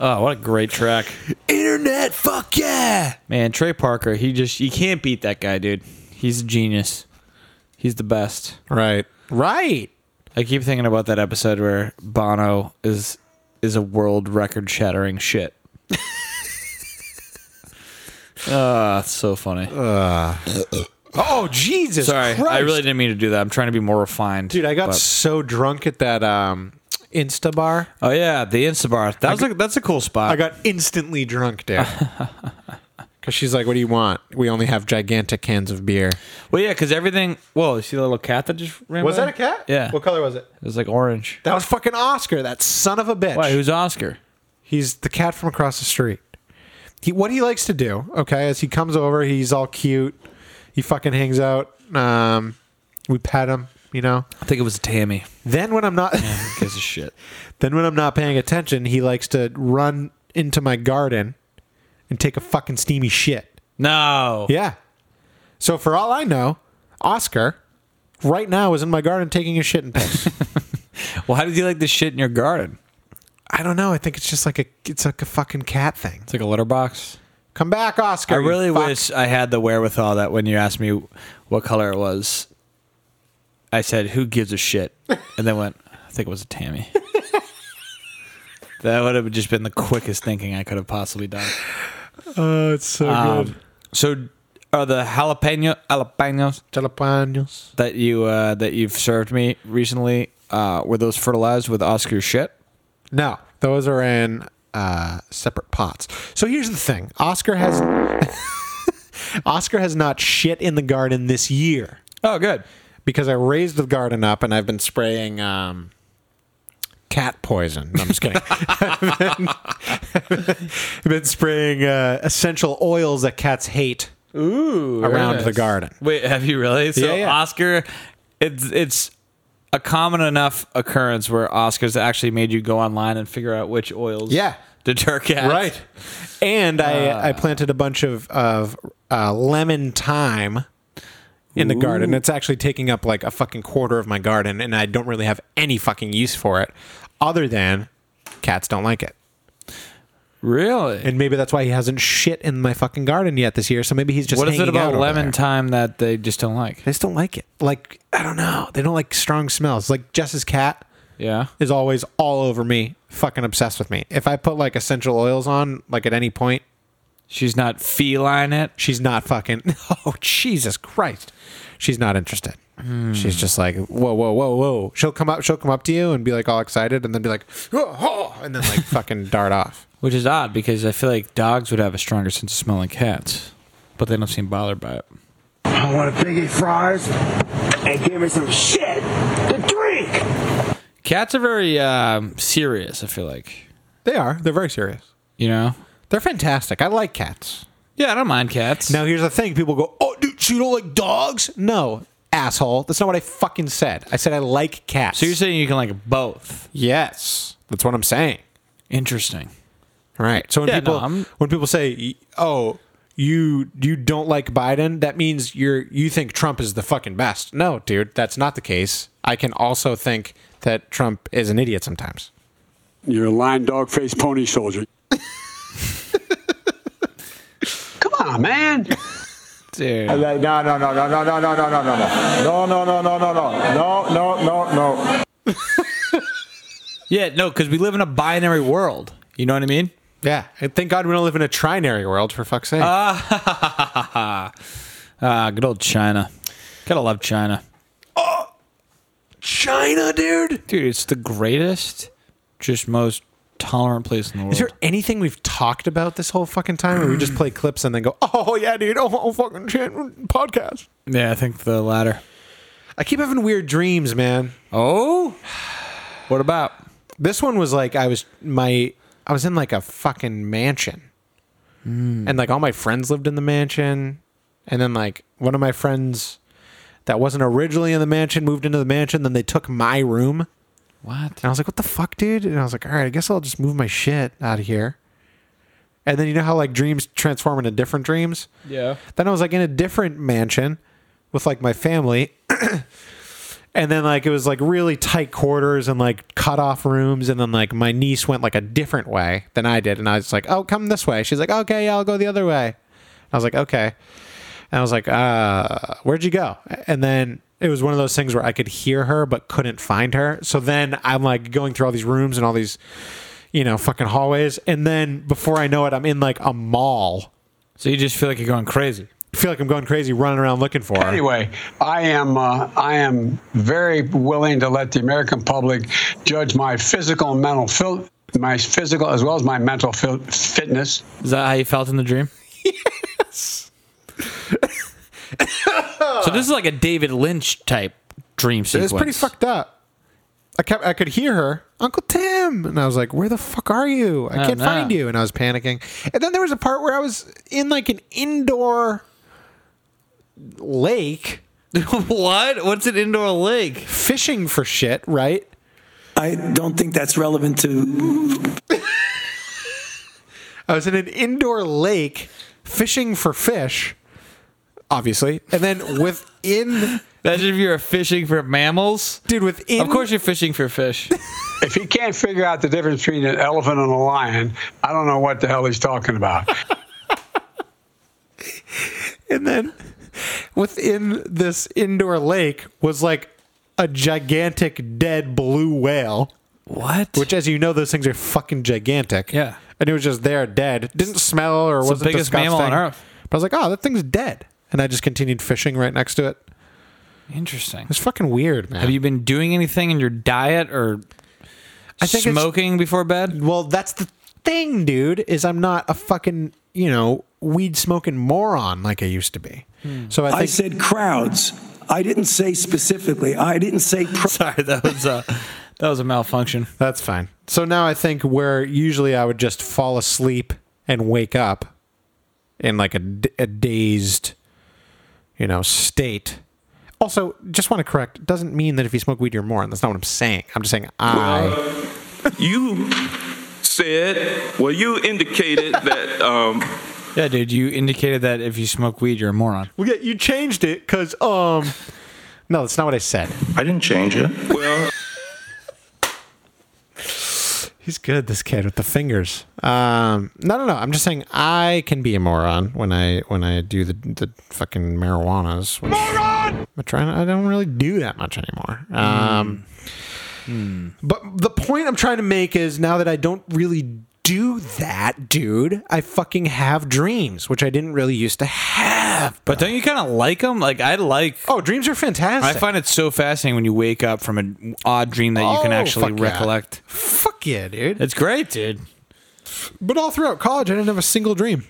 Speaker 1: Oh, what a great track,
Speaker 3: Internet. Fuck yeah.
Speaker 1: man. Trey Parker. He just you can't beat that guy, dude. He's a genius. He's the best.
Speaker 11: right right
Speaker 1: I keep thinking about that episode where Bono is is a world record shattering shit. Ah, it's so funny.
Speaker 11: oh jesus
Speaker 1: Sorry, I
Speaker 11: Christ.
Speaker 1: really didn't mean to do that. I'm trying to be more refined,
Speaker 11: Dude, I got
Speaker 1: but-
Speaker 11: so drunk at that um, Insta bar.
Speaker 1: Oh yeah, the Instabar. That was a, that's a cool spot.
Speaker 11: I got instantly drunk, dude. Because she's like, "What do you want? We only have gigantic cans of beer."
Speaker 1: Well, yeah, because everything. Whoa, you see the little cat that just ran? by? Yeah, it
Speaker 11: color was it?
Speaker 1: was like orange.
Speaker 11: That was fucking Oscar. That son of a bitch.
Speaker 1: Why? Who's Oscar?
Speaker 11: he's the cat from across the street. He what he likes to do, okay, is he comes over, he's all cute, he fucking hangs out. Um, we pet him, you know.
Speaker 1: I think it was Tammy.
Speaker 11: Then when I'm not,
Speaker 1: Gives a shit.
Speaker 11: Then when I'm not paying attention, he likes to run into my garden and take a fucking steamy shit.
Speaker 1: No.
Speaker 11: Yeah. So for all I know, Oscar right now is in my garden taking a shit and piss.
Speaker 1: Well, how did you like the shit in your garden?
Speaker 11: I don't know. I think it's just like a it's like a fucking cat thing. It's
Speaker 1: like a litter box.
Speaker 11: Come back, Oscar.
Speaker 1: I
Speaker 11: you
Speaker 1: really
Speaker 11: fuck.
Speaker 1: wish I had the wherewithal that when you asked me what color it was, I said, "Who gives a shit?" and then went, "I think it was a Tammy." that would have just been the quickest thinking I could have possibly done.
Speaker 11: Oh, it's so
Speaker 1: Um,
Speaker 11: good.
Speaker 1: so, are the jalapeno jalapenos
Speaker 11: Jalapenos.
Speaker 1: that you uh, that you've served me recently uh, were those fertilized with Oscar's shit?
Speaker 11: No, those are in uh, separate pots. So here's the thing: Oscar has Oscar has not shit in the garden this year
Speaker 1: Oh, good.
Speaker 11: because I raised the garden up and I've been spraying um, cat poison. No, I'm just kidding. I've been spraying uh, essential oils that cats hate
Speaker 1: Ooh,
Speaker 11: around
Speaker 1: yes.
Speaker 11: the garden.
Speaker 1: Wait, have you really? So
Speaker 11: Yeah, yeah.
Speaker 1: Oscar, it's it's a common enough occurrence where Oscar's actually made you go online and figure out which oils,
Speaker 11: Yeah.
Speaker 1: deter cats,
Speaker 11: Right. And I, I planted a bunch of, of uh, lemon thyme in the garden. It's actually taking up like a fucking quarter of my garden, and I don't really have any fucking use for it other than cats don't like it.
Speaker 1: Really?
Speaker 11: And maybe that's why he hasn't shit in my fucking garden yet this year. So maybe he's just
Speaker 1: what is it
Speaker 11: hanging out
Speaker 1: about
Speaker 11: over
Speaker 1: lemon
Speaker 11: there.
Speaker 1: thyme that they just don't like?
Speaker 11: They just don't like it. Like I don't know. They don't like strong smells. Like Jess's cat
Speaker 1: Yeah.
Speaker 11: is always all over me, fucking obsessed with me. If I put like essential oils on, like at any point,
Speaker 1: She's not feline it.
Speaker 11: She's not fucking. Oh Jesus Christ! She's not interested.
Speaker 1: Hmm.
Speaker 11: She's just like whoa, whoa, whoa, whoa. She'll come up. She'll come up to you and be like all excited, and then be like, oh, oh, and then like fucking dart off.
Speaker 1: Which is odd because I feel like dogs would have a stronger sense of smell than cats, but they don't seem bothered by it.
Speaker 14: I want a biggie fries and give me some shit to drink.
Speaker 1: Cats are very um, serious. I feel like
Speaker 11: They are. They're very serious.
Speaker 1: you know.
Speaker 11: They're fantastic. I like cats.
Speaker 1: Yeah, I don't mind cats.
Speaker 11: Now here's the thing: people go, oh, dude, so you don't like dogs? No, asshole. That's not what I fucking said. I said I like cats.
Speaker 1: So you're saying you can like both?
Speaker 11: yes, that's what I'm saying.
Speaker 1: Interesting.
Speaker 11: Right. So when
Speaker 1: Yeah, no,
Speaker 11: people
Speaker 1: I'm-
Speaker 11: when people say, "Oh, you you don't like Biden," that means you're you think Trump is the fucking best. No, dude, that's not the case. I can also think that Trump is an idiot sometimes.
Speaker 15: You're a lying dog faced pony soldier.
Speaker 16: Come on, man.
Speaker 1: Dude.
Speaker 8: Like, no, no, no, no, no, no, no, no, no, no, no, no, no, no, no, no, Oh, no, no, no, no.
Speaker 1: Yeah, no, because we live in a binary world. You know what I mean?
Speaker 11: Yeah. And thank God we don't live in a trinary world for fuck's sake.
Speaker 1: Uh, Ah, good old China. Gotta love China.
Speaker 11: China, dude.
Speaker 1: Dude, it's the greatest, just most tolerant place in the world.
Speaker 11: Is there anything we've talked about this whole fucking time, or we just play clips and then go, "Oh yeah, dude, oh, oh fucking shit, podcast."
Speaker 1: yeah, I think the latter.
Speaker 11: I keep having weird dreams, man.
Speaker 1: Oh? What about?
Speaker 11: This one was like I was my I was in like a fucking mansion. And like all my friends lived in the mansion. And then like one of my friends that wasn't originally in the mansion moved into the mansion, then they took my room. And
Speaker 1: What?
Speaker 11: I was like, "What the fuck, dude?" And I was like, "All right, I guess I'll just move my shit out of here." And then you know how like dreams transform into different dreams?
Speaker 1: Yeah.
Speaker 11: Then I was like in a different mansion with like my family. and then like it was like really tight quarters and like cut off rooms. And then like my niece went like a different way than I did. And I was like, oh, come this way. She's like, okay, yeah, I'll go the other way. I was like, okay. And I was like, uh, where'd you go? And then it was one of those things where I could hear her but couldn't find her. So then I'm like going through all these rooms and all these, you know, fucking hallways. And then before I know it, I'm in like a mall.
Speaker 1: So you just feel like you're going crazy.
Speaker 11: I feel like I'm going crazy running around looking for her.
Speaker 17: Anyway, I am uh, I am very willing to let the American public judge my physical and mental fil- my physical as well as my mental fil- fitness.
Speaker 1: Is that how you felt in the dream? yes. so this is like a David Lynch type dream
Speaker 11: It
Speaker 1: sequence.
Speaker 11: was pretty fucked up. I kept I could hear her, Uncle Tim, and I was like, "Where the fuck are you? I
Speaker 1: Oh,
Speaker 11: can't
Speaker 1: no.
Speaker 11: find you." And I was panicking. And then there was a part where I was in like an indoor lake
Speaker 1: what? What's an indoor lake?
Speaker 11: fishing for shit, right?
Speaker 5: I don't think that's relevant to.
Speaker 11: I was in an indoor lake fishing for fish, obviously. And then with within.
Speaker 1: Imagine if you're fishing for mammals,
Speaker 11: dude. Within,
Speaker 1: of course, you're fishing for fish.
Speaker 17: if he can't figure out the difference between an elephant and a lion, I don't know what the hell he's talking about.
Speaker 11: and then within this indoor lake was like a gigantic dead blue whale.
Speaker 1: What?
Speaker 11: Which, as you know, those things are fucking gigantic.
Speaker 1: Yeah.
Speaker 11: And it was just there, dead. Didn't smell or
Speaker 1: It's the
Speaker 11: wasn't
Speaker 1: biggest
Speaker 11: disgusting.
Speaker 1: mammal on Earth.
Speaker 11: But I was like, oh, that thing's dead. And I just continued fishing right next to it.
Speaker 1: Interesting.
Speaker 11: It's fucking weird, man.
Speaker 1: Have you been doing anything in your diet or
Speaker 11: I think it's-
Speaker 1: smoking before bed?
Speaker 11: Well, that's the thing, dude, is I'm not a fucking, you know, weed smoking moron like I used to be.
Speaker 1: Hmm.
Speaker 11: So I think
Speaker 5: I said crowds. I didn't say specifically. I didn't say. Pro-
Speaker 1: Sorry, that was a that was a malfunction.
Speaker 11: That's fine. So now I think where usually I would just fall asleep and wake up in like a, d- a dazed, you know, state. Also, just want to correct, it doesn't mean that if you smoke weed, you're a moron. That's not what I'm saying. I'm just saying I.
Speaker 10: You said, well, you indicated that um,
Speaker 1: Yeah, dude, you indicated that if you smoke weed, you're a moron.
Speaker 11: Well, yeah, you changed it because, um. No, that's not what I said.
Speaker 18: I didn't change it.
Speaker 10: Well,
Speaker 11: He's good, this kid with the fingers. Um, no, no, no. I'm just saying I can be a moron when I when I do the the fucking marijuanas. Which moron. I try. I don't really do that much anymore. Um, But the point I'm trying to make is now that I don't really do that, dude, I fucking have dreams, which I didn't really used to have.
Speaker 1: But don't you kind of like them? Like I like.
Speaker 11: Oh, dreams are fantastic.
Speaker 1: I find it so fascinating when you wake up from an odd dream that you can
Speaker 11: Oh,
Speaker 1: actually
Speaker 11: fuck yeah.
Speaker 1: recollect.
Speaker 11: Fuck yeah, dude.
Speaker 1: It's great, dude.
Speaker 11: But all throughout college, I didn't have a single dream.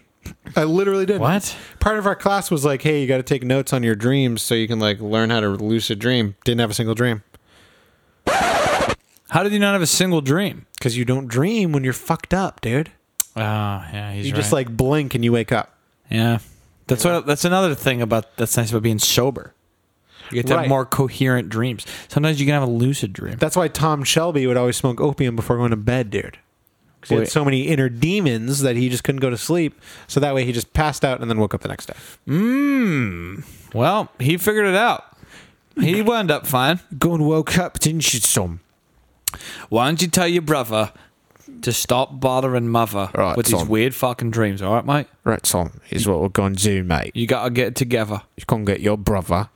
Speaker 11: I literally didn't.
Speaker 1: What?
Speaker 11: Part of our class was like, hey, you got to take notes on your dreams so you can like learn how to lucid dream. Didn't have a single dream
Speaker 1: How did you not have a single dream?
Speaker 11: because you don't dream when you're fucked up, dude.
Speaker 1: Oh, yeah, he's
Speaker 11: you
Speaker 1: right.
Speaker 11: just like blink and you wake up.
Speaker 1: yeah. That's what. That's another thing about that's nice about being sober. You get to
Speaker 11: Right.
Speaker 1: have more coherent dreams. Sometimes you can have a lucid dream.
Speaker 11: That's why Tom Shelby would always smoke opium before going to bed, dude. Because he had
Speaker 1: Wait.
Speaker 11: so many inner demons that he just couldn't go to sleep. So that way he just passed out and then woke up the next day.
Speaker 1: Mmm. Well, he figured it out. He wound up fine.
Speaker 11: Go and woke up, didn't you, some?
Speaker 1: Why don't you tell your brother to stop bothering mother
Speaker 11: Right,
Speaker 1: with these
Speaker 11: son.
Speaker 1: weird fucking dreams? All right, mate.
Speaker 11: Right, Tom, here's what we're going to do, mate.
Speaker 1: You gotta get it together.
Speaker 11: You're going to get your brother.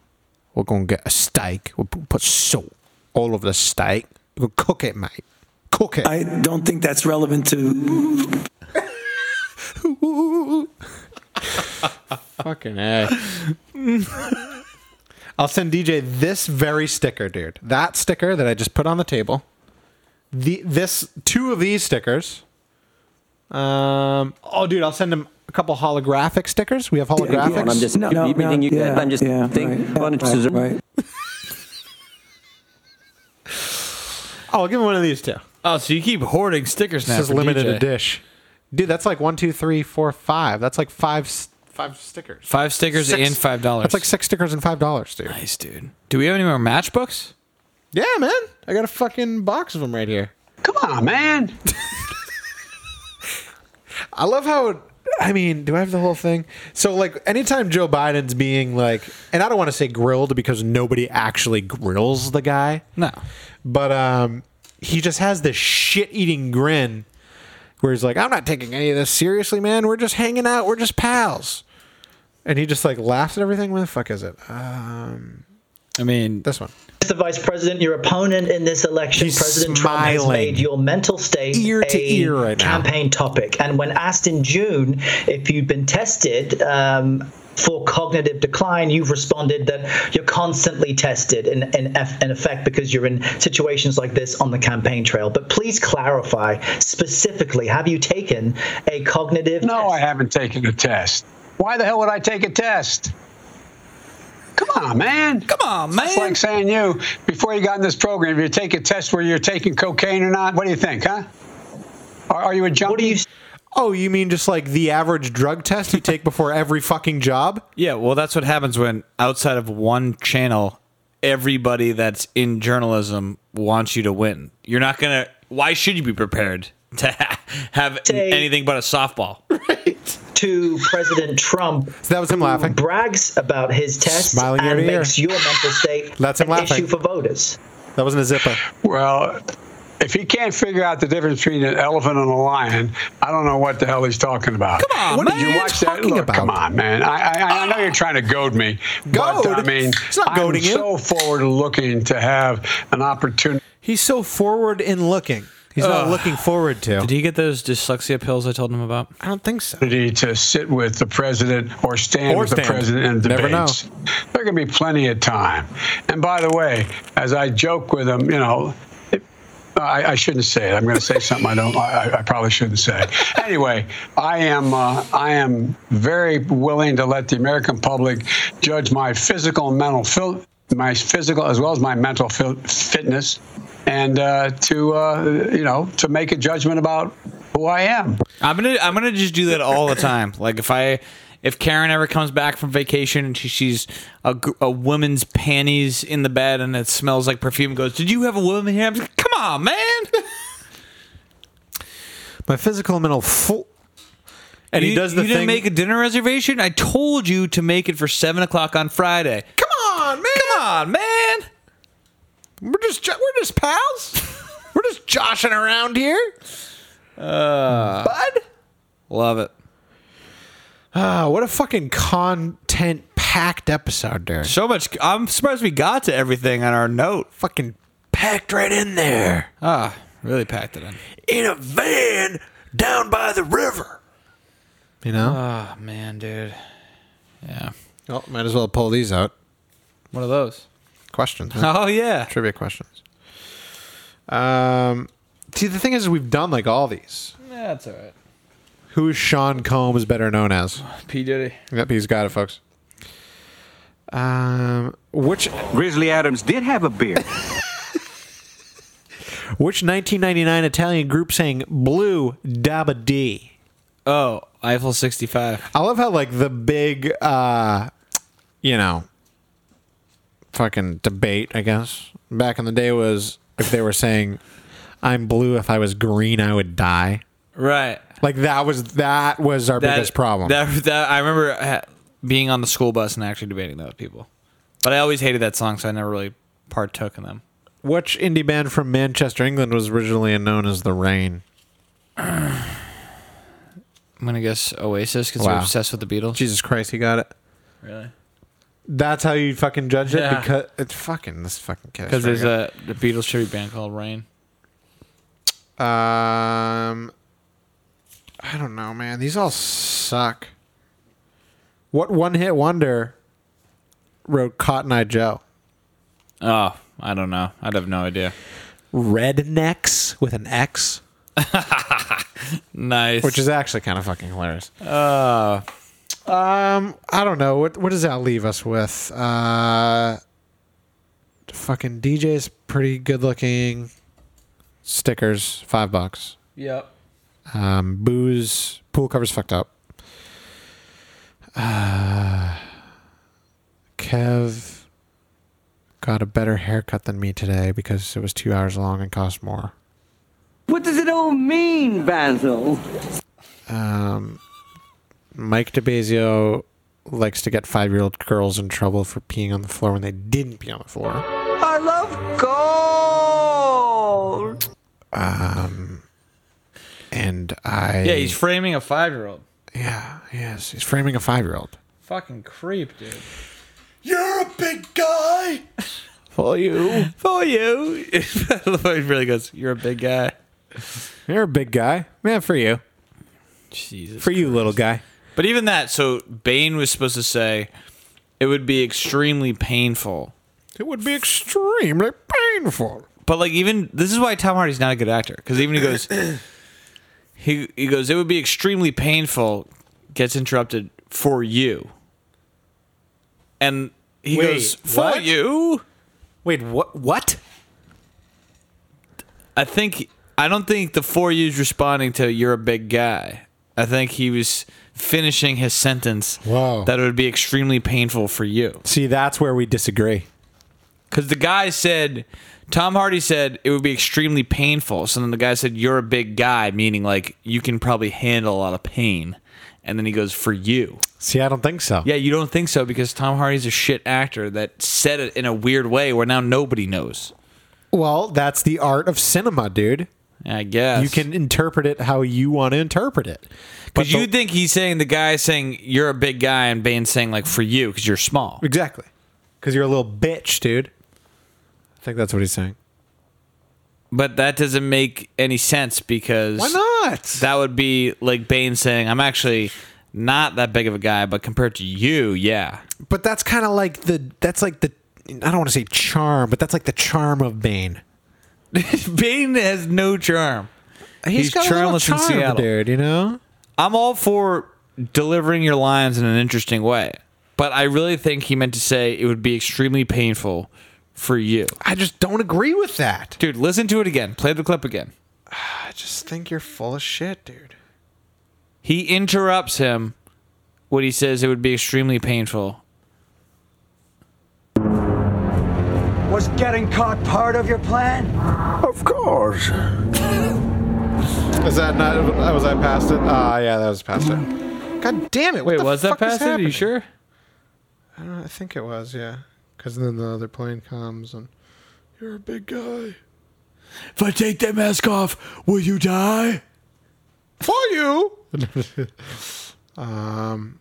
Speaker 11: We're going to get a steak. We'll pu- put salt all over the steak. We'll cook it, mate. Cook it.
Speaker 5: I don't think that's relevant to.
Speaker 11: Fucking A. I'll send DJ this very sticker, dude. That sticker that I just put on the table. The this two of these stickers. Um. Oh, dude, I'll send him a couple holographic stickers. We have holographics.
Speaker 5: Yeah, I'm just- No, no, everything you no, get, yeah, I'm just yeah, thinking right, on it. right, right.
Speaker 11: Oh, I'll give him one of these too.
Speaker 1: Oh, so you keep hoarding stickers now?
Speaker 11: This is
Speaker 1: for
Speaker 11: limited
Speaker 1: DJ.
Speaker 11: edition. Dude, that's like one, two, three, four, five. That's like five, s- five stickers.
Speaker 1: Five stickers
Speaker 11: Six-
Speaker 1: and five dollars.
Speaker 11: That's like six stickers and five dollars, dude.
Speaker 1: nice, dude. Do we have any more matchbooks?
Speaker 11: Yeah, man. I got a fucking box of them right here.
Speaker 19: Come on, man.
Speaker 11: I love how. I mean, do I have the whole thing? So, like, anytime Joe Biden's being like, and I don't want to say grilled because nobody actually grills the guy,
Speaker 1: No.
Speaker 11: but um, he just has this shit-eating grin where he's like, "I'm not taking any of this seriously, man. We're just hanging out. We're just pals." And he just like laughs at everything. Where the fuck is it? Um,
Speaker 1: I mean,
Speaker 11: this one.
Speaker 14: Mr. Vice President, your opponent in this election,
Speaker 11: He's
Speaker 14: President Trump, has
Speaker 11: smiling.
Speaker 14: made your mental state
Speaker 11: Ear to
Speaker 14: a
Speaker 11: ear right now.
Speaker 14: campaign topic. And when asked in June if you'd been tested um, for cognitive decline, you've responded that you're constantly tested in, in, eff- in effect because you're in situations like this on the campaign trail. But please clarify specifically have you taken a cognitive
Speaker 17: No, I haven't taken a test. Why the hell would I take a test? Come on, man.
Speaker 1: Come on, man.
Speaker 17: It's like saying you, before you got in this program, if you take a test where you're taking cocaine or not, what do you think, huh? Are, are you a junkie?
Speaker 14: What do you
Speaker 11: Oh, you mean just like the average drug test you take before every fucking job?
Speaker 1: Yeah, well, that's what happens when outside of one channel, everybody that's in journalism wants you to win. You're not gonna. Why should you be prepared to ha- have
Speaker 14: Say-
Speaker 1: anything but a softball?
Speaker 14: to President Trump.
Speaker 11: that was him laughing.
Speaker 14: Brags about his test
Speaker 11: Smiling ear
Speaker 14: and
Speaker 11: to ear.
Speaker 14: makes your mental state
Speaker 11: That's him
Speaker 14: an
Speaker 11: laughing.
Speaker 14: issue for voters.
Speaker 11: That wasn't a zipper.
Speaker 17: Well, if he can't figure out the difference between an elephant and a lion, I don't know what the hell he's talking about. Come on, what man. did you watch that? Look, come on, man. I, I, I know you're trying to goad me, but I mean,
Speaker 11: not
Speaker 17: I'm
Speaker 11: goading you.
Speaker 17: so forward-looking to have an opportunity.
Speaker 11: He's so forward in looking. He's not
Speaker 17: Ugh.
Speaker 11: looking forward to.
Speaker 1: Did he get those dyslexia pills I told him about?
Speaker 11: I don't think so.
Speaker 17: to sit with the president or stand
Speaker 11: Or
Speaker 17: with
Speaker 11: stand.
Speaker 17: the president in
Speaker 11: Never
Speaker 17: debates. There can be plenty of time. And by the way, as I joke with him, you know, it- I, I shouldn't say it. I'm going to say something I don't. I, I- I probably shouldn't say. Anyway, I am. Uh, I am very willing to let the American public judge my physical and mental fil- my physical as well as my mental fil- fitness, and uh, to uh, you know to make a judgment about who I am.
Speaker 1: I'm gonna I'm gonna just do that all the time. Like if I if Karen ever comes back from vacation and she sees a, gr- a woman's panties in the bed and it smells like perfume, goes, "Did you have a woman here?" I'm just, Come on, man.
Speaker 11: My physical and mental full. And he
Speaker 1: You-
Speaker 11: does the
Speaker 1: you
Speaker 11: thing.
Speaker 1: didn't make a dinner reservation. I told you to make it for seven o'clock on Friday. Come on, man. Come on, man.
Speaker 11: we're just jo- we're just pals. we're just joshing around here.
Speaker 1: Uh,
Speaker 11: Bud?
Speaker 1: Love it.
Speaker 11: Ah, what a fucking content packed episode, Derek.
Speaker 1: So much. I'm surprised we got to everything on our note.
Speaker 11: Fucking packed right in there.
Speaker 1: Ah, really packed it in.
Speaker 20: in a van down by the river.
Speaker 11: You know?
Speaker 1: Oh man, dude. Yeah.
Speaker 11: Oh, might as well pull these out.
Speaker 1: What are those?
Speaker 11: Questions. huh?
Speaker 1: Oh yeah.
Speaker 11: Trivia questions. Um, see, the thing is, we've done like all these.
Speaker 1: That's all right.
Speaker 11: Who is Sean Combs better known as?
Speaker 1: P Diddy.
Speaker 11: Yep, he's got it, folks. Um, which
Speaker 8: Grizzly Adams did have a beard.
Speaker 11: which 1999 Italian group sang "Blue Dabba D"?
Speaker 1: Oh, Eiffel 65.
Speaker 11: I love how like the big, uh, you know, fucking debate. I guess back in the day was if they were saying, "I'm blue. If I was green, I would die."
Speaker 1: Right.
Speaker 11: Like that was that was our biggest problem.
Speaker 1: That, that I remember ha- being on the school bus and actually debating that with people. But I always hated that song, so I never really partook in them.
Speaker 11: Which indie band from Manchester, England, was originally known as the Rain?
Speaker 1: I'm gonna guess Oasis because
Speaker 11: Wow.
Speaker 1: they're obsessed with the Beatles.
Speaker 11: Jesus Christ, he got it.
Speaker 1: Really?
Speaker 11: That's how you fucking judge it
Speaker 1: Yeah.
Speaker 11: because it's fucking this fucking kid.
Speaker 1: Because there's a the Beatles tribute band called Rain.
Speaker 11: um, I don't know, man. These all suck. What one hit wonder wrote Cotton Eye Joe?
Speaker 1: Oh, I don't know. I'd have no idea.
Speaker 11: Rednecks with an X,
Speaker 1: Nice.
Speaker 11: which is actually kind of fucking hilarious.
Speaker 1: uh,
Speaker 11: Um, I don't know. What what does that leave us with? Uh fucking DJ's pretty good looking. Stickers, five bucks.
Speaker 1: yep.
Speaker 11: Um, booze, pool covers fucked up. Uh, Kev got a better haircut than me today because it was two hours long and cost more.
Speaker 10: What does it all mean, Basil?
Speaker 11: Um, Mike DeBasio likes to get five year old girls in trouble for peeing on the floor when they didn't pee on the floor.
Speaker 10: I love gold.
Speaker 11: Um, and I.
Speaker 1: Yeah, he's framing a five year old.
Speaker 11: Yeah, yes. He's framing a five year old.
Speaker 1: Fucking creep, dude.
Speaker 10: You're a big guy.
Speaker 11: For you.
Speaker 1: For you. I love how he really goes, You're a big guy.
Speaker 11: You're a big guy. Man, for you.
Speaker 1: Jesus.
Speaker 11: For you, little guy.
Speaker 1: But even that, so Bane was supposed to say it would be extremely painful.
Speaker 11: It would be extremely painful.
Speaker 1: But like even this is why Tom Hardy's not a good actor because even he goes, he he goes, it would be extremely painful. Gets interrupted for you, and he
Speaker 11: Wait,
Speaker 1: goes for
Speaker 11: what?
Speaker 1: you.
Speaker 11: Wait, what? What?
Speaker 1: I think I don't think the for you's responding to you're a big guy. I think he was finishing his sentence.
Speaker 11: Wow.
Speaker 1: That it would be extremely painful for you.
Speaker 11: See, that's where we disagree.
Speaker 1: Because the guy said, Tom Hardy said it would be extremely painful. So then the guy said, You're a big guy, meaning like you can probably handle a lot of pain. And then he goes, for you.
Speaker 11: See, I don't think so.
Speaker 1: Yeah, you don't think so because Tom Hardy's a shit actor that said it in a weird way where now nobody knows.
Speaker 11: Well, that's the art of cinema, dude.
Speaker 1: I guess.
Speaker 11: You can interpret it how you want to interpret it. But
Speaker 1: Because you think he's saying the guy saying you're a big guy and Bane's saying like for you because you're small.
Speaker 11: Exactly. Because you're a little bitch, dude. I think that's what he's saying.
Speaker 1: But that doesn't make any sense because
Speaker 11: Why not?
Speaker 1: That would be like Bane saying, "I'm actually not that big of a guy, but compared to you, yeah."
Speaker 11: But that's kind of like the that's like the I don't want to say charm, but that's like the charm of Bane.
Speaker 1: Bane has no charm.
Speaker 11: He's got a little charm, dude. You know,
Speaker 1: I'm all for delivering your lines in an interesting way, but I really think he meant to say it would be extremely painful for you.
Speaker 11: I just don't agree with that,
Speaker 1: dude. Listen to it again. Play the clip again.
Speaker 11: I just think you're full of shit, dude.
Speaker 1: He interrupts him when he says it would be extremely painful.
Speaker 14: Was getting caught part of your plan?
Speaker 5: Of course.
Speaker 11: Is that not? oh, Was I past it? Ah, yeah, that was past it. God damn it!
Speaker 1: Wait, was that past it? Are you sure?
Speaker 11: I, don't know, I think it was, yeah. Because then the other plane comes and you're a big guy.
Speaker 3: If I take that mask off, will you die?
Speaker 11: For you. um,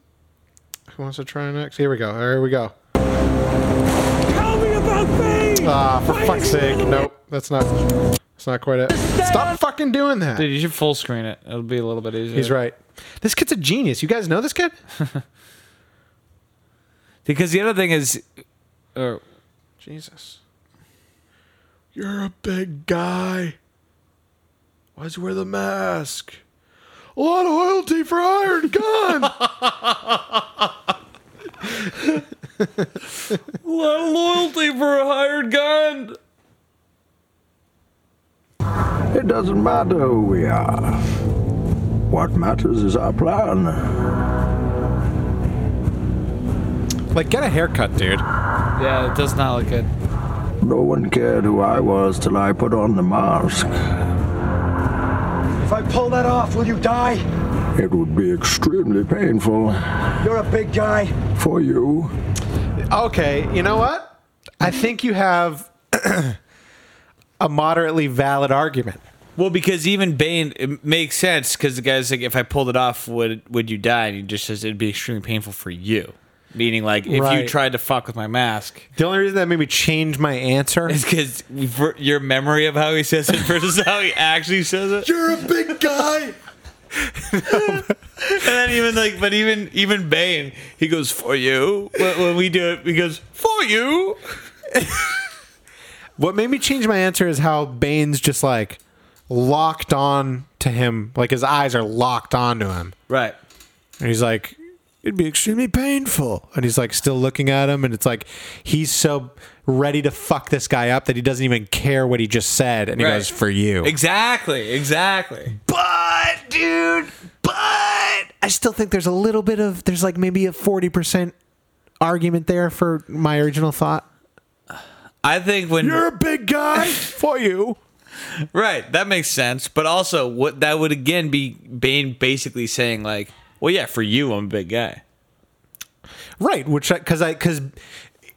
Speaker 11: who wants to try next? Here we go. Here we go.
Speaker 14: Tell me about me!
Speaker 11: Ah, for fuck's sake! Nope, that's not. That's not quite it. Stop fucking doing that.
Speaker 1: Dude, you should full screen it. It'll be a little bit easier.
Speaker 11: He's right. This kid's a genius. You guys know this kid?
Speaker 1: Because the other thing is, or
Speaker 11: Jesus.
Speaker 3: You're a big guy. Why'd you wear the mask? A lot of loyalty for Iron Gun.
Speaker 1: loyalty for a hired gun.
Speaker 5: It doesn't matter who we are. What matters is our plan.
Speaker 11: Like, get a haircut, dude.
Speaker 1: Yeah, it does not look good.
Speaker 5: No one cared who I was till I put on the mask.
Speaker 14: If I pull that off, will you die?
Speaker 5: It would be extremely painful
Speaker 14: You're a big guy.
Speaker 5: for you.
Speaker 11: Okay, you know what? I think you have a moderately valid argument.
Speaker 1: Well, because even Bane it makes sense because the guy's like, if I pulled it off, would would you die? And he just says it'd be extremely painful for you. Meaning, like, if you
Speaker 11: Right.
Speaker 1: tried to fuck with my mask,
Speaker 11: The only reason that made me change my answer
Speaker 1: it's because your memory of how he says it versus how he actually says it.
Speaker 3: You're a big guy.
Speaker 1: And then even like, but even even Bane, he goes for you. When, when we do it, he goes for you.
Speaker 11: What made me change my answer is how Bane's just like locked on to him, like his eyes are locked on to him.
Speaker 1: Right.
Speaker 11: And he's like, it'd be extremely painful. And he's like, still looking at him. And it's like, he's so ready to fuck this guy up that he doesn't even care what he just said. And he
Speaker 1: Right.
Speaker 11: goes, for you.
Speaker 1: Exactly. Exactly.
Speaker 11: But, dude, but I still think there's a little bit of, there's like maybe a 40% argument there for my original thought.
Speaker 1: I think when
Speaker 3: You're a big guy.
Speaker 11: For you.
Speaker 1: Right, that makes sense. But also, what that would again be Bane basically saying like, "Well, yeah, for you, I'm a big guy."
Speaker 11: Right. Which, because I, because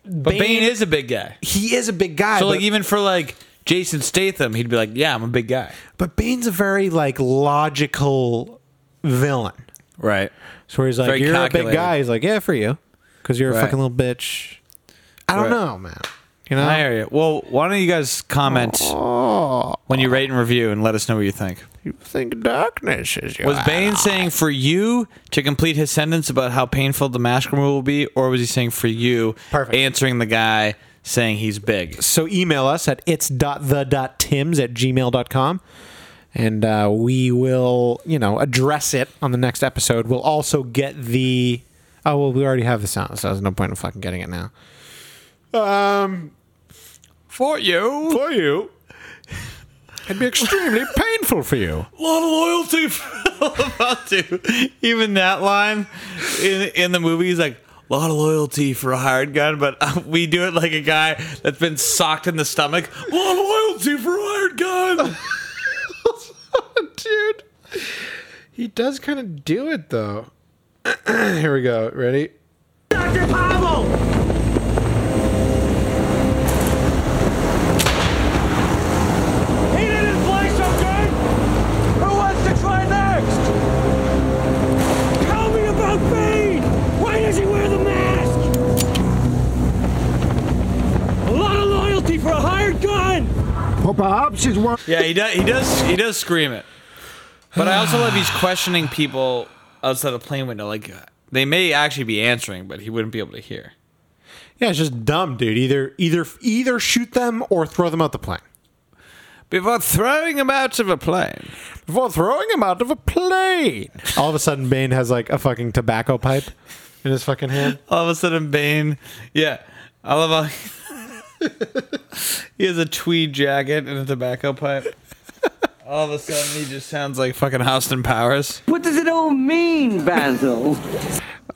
Speaker 1: But Bane, is a big guy.
Speaker 11: he is a big guy.
Speaker 1: So like,
Speaker 11: but-
Speaker 1: even for like Jason Statham, he'd be like, "Yeah, I'm a big guy."
Speaker 11: But Bane's a very like logical villain.
Speaker 1: Right.
Speaker 11: So where he's like,
Speaker 1: Very
Speaker 11: you're a
Speaker 1: calculated.
Speaker 11: big guy. He's like, yeah, for you, because you're a
Speaker 1: Right.
Speaker 11: fucking little bitch. I don't
Speaker 1: Right.
Speaker 11: know, man. You know,
Speaker 1: I hear you. Well, why don't you guys comment when you rate and review and let us know what you think?
Speaker 11: you think darkness is your
Speaker 1: Was Bane saying for you to complete his sentence about how painful the mask removal will be, or was he saying for you,
Speaker 11: Perfect.
Speaker 1: answering the guy saying he's big?
Speaker 11: So email us at it's dot the dot tims at gmail.com. And uh, we will, you know, address it on the next episode. We'll also get the. Oh, well, we already have the sound, so there's no point in fucking getting it now. Um,
Speaker 1: For you,
Speaker 11: for you, it'd be extremely painful for you.
Speaker 1: lot of loyalty about to even that line in in the movie is like a lot of loyalty for a hired gun but uh, we do it like a guy that's been socked in the stomach a lot of loyalty for a hired gun
Speaker 11: dude. He does kind of do it though. Here we go. Ready?
Speaker 10: Dr. Pavel! He didn't play so good! Who wants to try next? Tell me about Bane! Why does he wear the mask? A lot of loyalty for a hired gun!
Speaker 5: Well, perhaps it's one.
Speaker 1: Yeah, he does. He does. He does scream it. But I also love he's questioning people outside the plane window. Like they may actually be answering, but he wouldn't be able to hear.
Speaker 11: Yeah, it's just dumb, dude. Either either either shoot them or throw them out the plane.
Speaker 1: Before throwing them out of a plane.
Speaker 11: Before throwing them out of a plane. All of a sudden, Bane has like a fucking tobacco pipe in his fucking hand.
Speaker 1: All of a sudden, Bane. Yeah, I love how he has a tweed jacket and a tobacco pipe. All of a sudden, he just sounds like fucking Austin Powers.
Speaker 21: What does it all mean, Basil?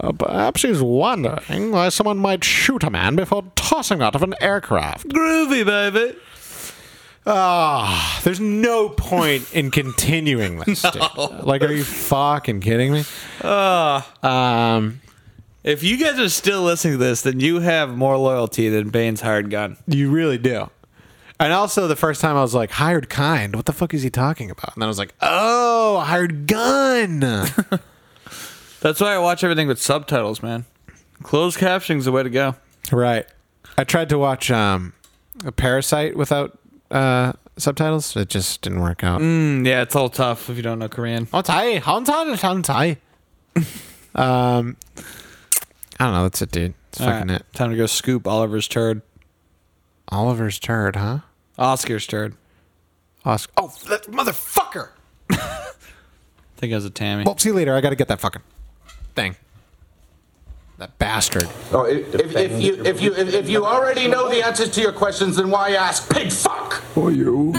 Speaker 11: Uh, perhaps he's wondering why someone might shoot a man before tossing out of an aircraft.
Speaker 1: Groovy, baby.
Speaker 11: Ah, there's no point in continuing this. dude. Like, are you fucking kidding me? um,
Speaker 1: if you guys are still listening to this, then you have more loyalty than Bane's hired gun.
Speaker 11: You really do. And also, the first time I was like, hired kind. What the fuck is he talking about? And then I was like, oh, hired gun.
Speaker 1: That's why I watch everything with subtitles, man. Closed captioning's the way to go.
Speaker 11: Right. I tried to watch um, a Parasite without uh, subtitles. It just didn't work out.
Speaker 1: Mm, yeah, it's all tough if you don't know Korean.
Speaker 11: Hantai, hantai, hantai. Um, I don't know. That's it, dude. That's
Speaker 1: All
Speaker 11: fucking
Speaker 1: right,
Speaker 11: it.
Speaker 1: Time to go scoop Oliver's turd.
Speaker 11: Oliver's turd, huh?
Speaker 1: Oscar's turd.
Speaker 11: Oscar. Oh, that motherfucker!
Speaker 1: I think it was a Tammy.
Speaker 11: Well, see you later. I got to get that fucking thing. That bastard.
Speaker 8: Oh, if, if, if you if you if you already know the answers to your questions, then why ask? Pig fuck.
Speaker 5: Or you.